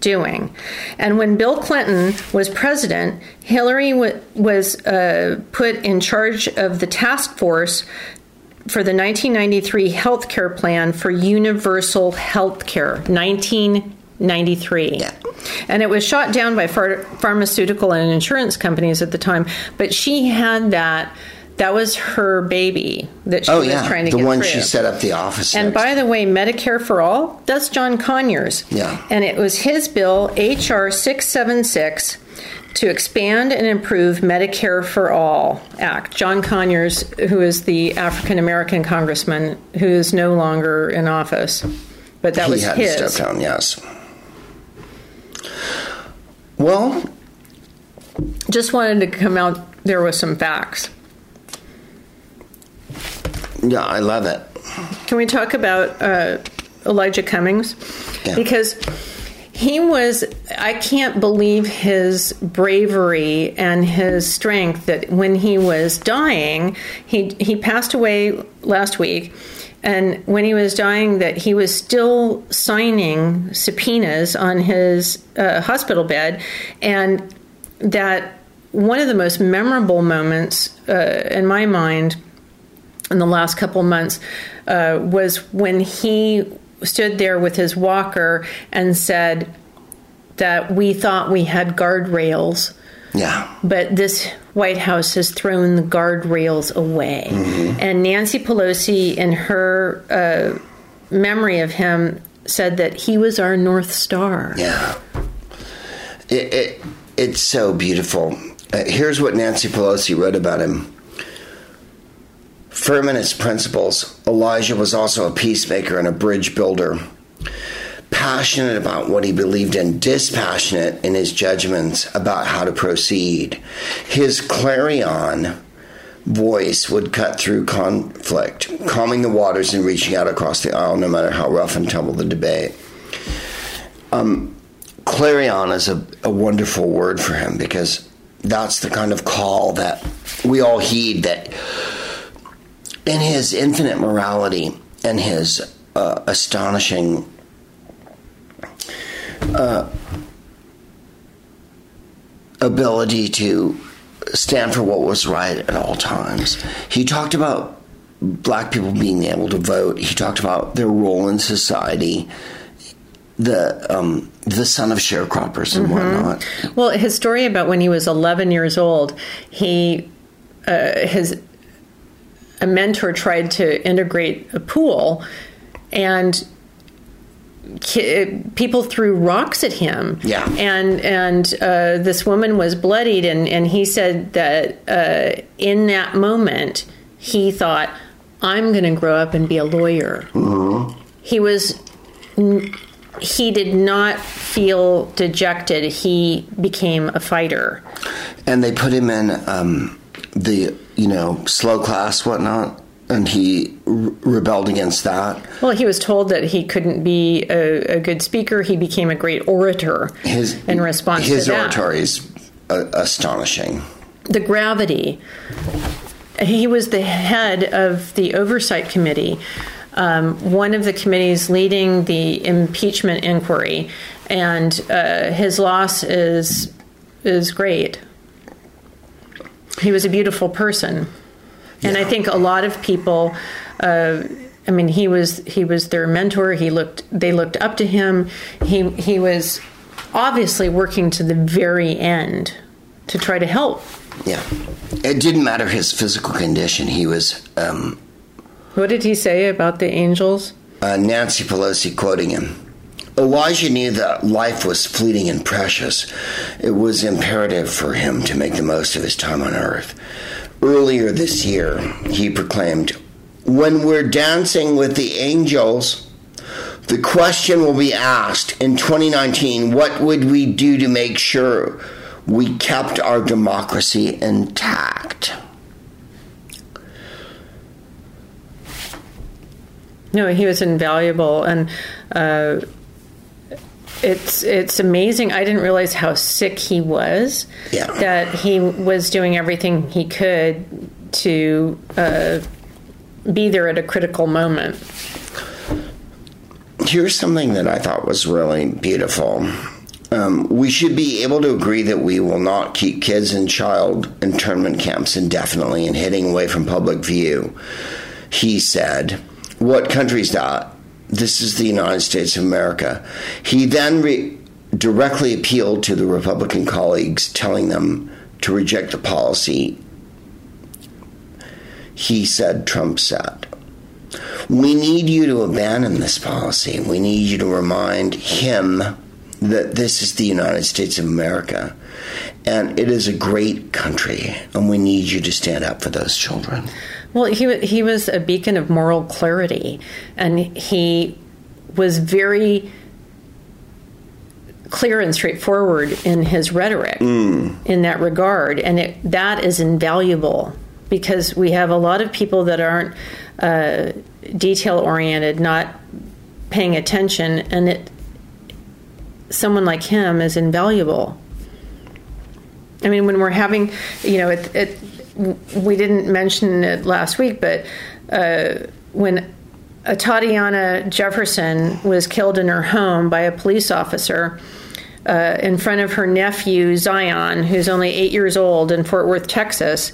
Speaker 2: doing. And when Bill Clinton was president, Hillary w- was uh, put in charge of the task force for the 1993 health care plan for universal health care 1993 and it was shot down by phar- pharmaceutical and insurance companies at the time but she had that that was her baby that she
Speaker 1: Oh
Speaker 2: was
Speaker 1: yeah,
Speaker 2: trying to
Speaker 1: the
Speaker 2: get
Speaker 1: one
Speaker 2: through.
Speaker 1: she set up the office.
Speaker 2: And
Speaker 1: next.
Speaker 2: by the way, Medicare for All, that's John Conyers.
Speaker 1: Yeah.
Speaker 2: And it was his bill, H.R. 676, to expand and improve Medicare for All Act. John Conyers, who is the African American congressman who is no longer in office, but that
Speaker 1: he
Speaker 2: was
Speaker 1: had
Speaker 2: his.
Speaker 1: to step down. Yes. Well,
Speaker 2: Just wanted to come out there with some facts.
Speaker 1: yeah, I love it.
Speaker 2: Can we talk about uh, Elijah Cummings?
Speaker 1: Yeah.
Speaker 2: Because he was, I can't believe his bravery and his strength that when he was dying, he, he passed away last week. And when he was dying, that he was still signing subpoenas on his uh, hospital bed, and that one of the most memorable moments uh, in my mind in the last couple months uh, was when he stood there with his walker and said that we thought we had guardrails,
Speaker 1: Yeah.
Speaker 2: but this White House has thrown the guardrails away. And Nancy Pelosi, in her uh, memory of him, said that he was our North Star.
Speaker 1: Yeah. It, it, it's so beautiful. Uh, here's what Nancy Pelosi wrote about him. Firm in his principles, Elijah was also a peacemaker and a bridge builder. Passionate about what he believed in, dispassionate in his judgments about how to proceed. His clarion voice would cut through conflict, calming the waters and reaching out across the aisle, no matter how rough and tumble the debate clarion is a, a wonderful word for him because that's the kind of call that we all heed that in his infinite morality and his uh, astonishing uh, ability to stand for what was right at all times he talked about black people being able to vote he talked about their role in society the um, the son of sharecroppers and
Speaker 2: Mm-hmm.
Speaker 1: whatnot.
Speaker 2: Well, his story about when he was 11 years old, he uh, his a mentor tried to integrate a pool, and ki- people threw rocks at him.
Speaker 1: Yeah.
Speaker 2: and and uh, this woman was bloodied, and and he said that uh, in that moment he thought, "I'm going to grow up and be a lawyer." He was he did not feel dejected. He became a fighter.
Speaker 1: And they put him in um, the you know slow class whatnot, and he re- rebelled against that.
Speaker 2: Well, he was told that he couldn't be a, a good speaker. He became a great orator
Speaker 1: His
Speaker 2: in response
Speaker 1: his
Speaker 2: to that.
Speaker 1: oratory is uh, astonishing.
Speaker 2: The gravity. He was the head of the oversight committee, um, one of the committees leading the impeachment inquiry, and uh, his loss is is great. He was a beautiful person, and I think a lot of people. Uh, I mean, he was he was their mentor. He looked they looked up to him. He he was obviously working to the very end to try to help
Speaker 1: Yeah, it didn't matter his physical condition. He was um,
Speaker 2: What did he say about the angels?
Speaker 1: uh, Nancy Pelosi quoting him. Elijah knew that life was fleeting and precious. It was imperative for him to make the most of his time on earth. Earlier this year, he proclaimed, When we're dancing with the angels, the question will be asked in 2019 what would we do to make sure we kept our democracy intact?
Speaker 2: No, he was invaluable, and uh, it's it's amazing. I didn't realize how sick he was.
Speaker 1: Yeah.
Speaker 2: That he was doing everything he could to uh, be there at a critical moment.
Speaker 1: Here's something that I thought was really beautiful. Um, we should be able to agree that we will not keep kids in child internment camps indefinitely and hiding away from public view. He said, What country's that? This is the United States of America. He then re- directly appealed to the Republican colleagues, telling them to reject the policy he said Trump said. We need you to abandon this policy. We need you to remind him that this is the United States of America and it is a great country, and we need you to stand up for those children.
Speaker 2: Well, he wa- he was a beacon of moral clarity, and he was very clear and straightforward in his rhetoric in that regard, and it, that is invaluable because we have a lot of people that aren't uh, detail oriented, not paying attention, and it someone like him is invaluable. I mean, when we're having, you know, it, it, we didn't mention it last week, but uh, when a Tatiana Jefferson was killed in her home by a police officer uh, in front of her nephew Zion, who's only eight years old in Fort Worth, Texas.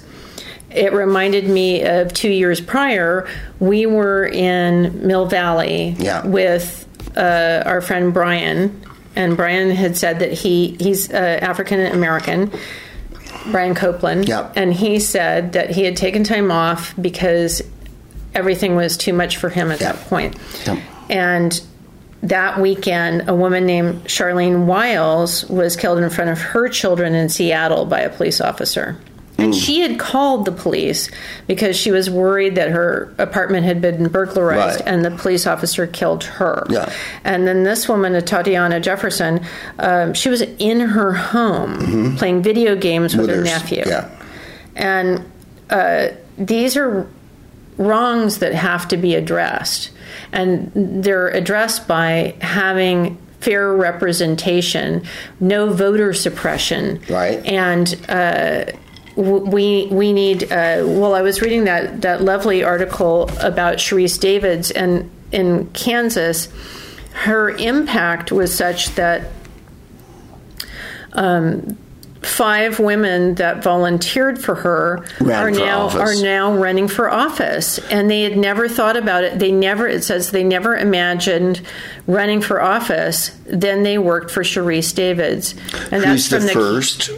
Speaker 2: It reminded me of two years prior, we were in Mill Valley
Speaker 1: Yeah.
Speaker 2: with uh, our friend Brian, and Brian had said that he he's uh, African American, Brian Copeland,
Speaker 1: Yep.
Speaker 2: and he said that he had taken time off because everything was too much for him at that
Speaker 1: Yep.
Speaker 2: point.
Speaker 1: Yep.
Speaker 2: And that weekend, a woman named Charlene Wiles was killed in front of her children in Seattle by a police officer. And she had called the police because she was worried that her apartment had been burglarized
Speaker 1: Right.
Speaker 2: and the police officer killed her.
Speaker 1: Yeah.
Speaker 2: And then this woman, Tatiana Jefferson, um, she was in her home
Speaker 1: Mm-hmm.
Speaker 2: playing video games with, her
Speaker 1: Withers,
Speaker 2: nephew.
Speaker 1: yeah.
Speaker 2: And uh, these are wrongs that have to be addressed. And they're addressed by having fair representation, no voter suppression.
Speaker 1: Right.
Speaker 2: And uh, w- we, we need, uh, well, I was reading that, that lovely article about Sharice Davids and in Kansas. Her impact was such that um, five women that volunteered for her
Speaker 1: Ran
Speaker 2: are
Speaker 1: for
Speaker 2: now
Speaker 1: office.
Speaker 2: are now running for office and they had never thought about it they never it says they never imagined running for office then they worked for Sharice Davids and
Speaker 1: Who's the, first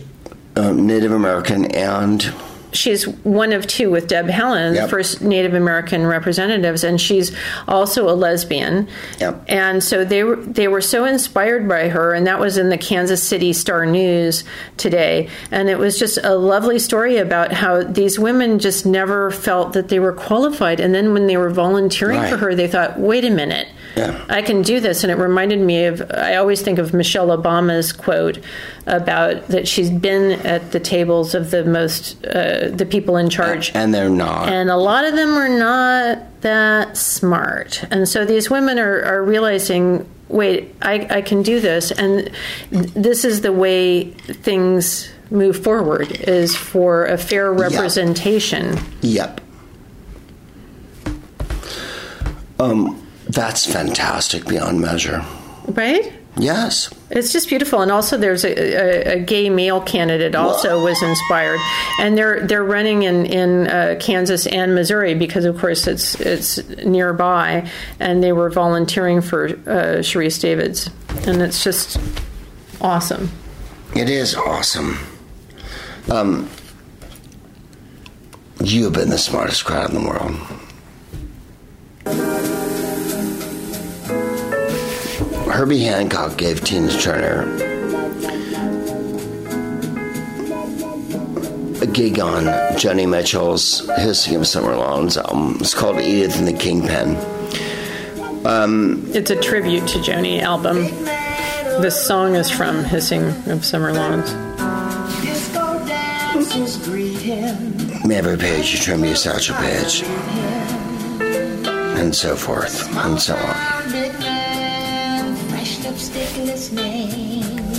Speaker 1: um, Native American and
Speaker 2: she's one of two with Deb Helen, the
Speaker 1: Yep.
Speaker 2: first Native American representatives, and she's also a lesbian.
Speaker 1: Yep.
Speaker 2: And so they were they were so inspired by her, and that was in the Kansas City Star News today, and it was just a lovely story about how these women just never felt that they were qualified, and then when they were volunteering for
Speaker 1: Right.
Speaker 2: her, they thought, wait a minute.
Speaker 1: Yeah.
Speaker 2: I can do this. And it reminded me of, I always think of Michelle Obama's quote about that she's been at the tables of the most, uh, the people in charge.
Speaker 1: and they're not.
Speaker 2: And a lot of them are not that smart. And so these women are, are realizing wait, I, I can do this. And this is the way things move forward is for a fair representation.
Speaker 1: Yep. Um, Um, that's fantastic beyond measure.
Speaker 2: Right?
Speaker 1: Yes.
Speaker 2: It's just beautiful, and also there's a, a, a gay male candidate also was inspired, and they're they're running in in uh, Kansas and Missouri because of course it's it's nearby, and they were volunteering for uh, Sharice Davids, and it's just awesome.
Speaker 1: It is awesome. Um, you've been the smartest crowd in the world. Herbie Hancock gave Tina Turner a gig on Joni Mitchell's Hissing of Summer Lawns album. It's called Edith and the Kingpin.
Speaker 2: It's a tribute to Joni album. This song is from Hissing of Summer Lawns.
Speaker 5: Disco dancers greet him.
Speaker 1: Every page you trim your satchel page, and so forth and so on.
Speaker 5: Big man, fresh lipstick listening.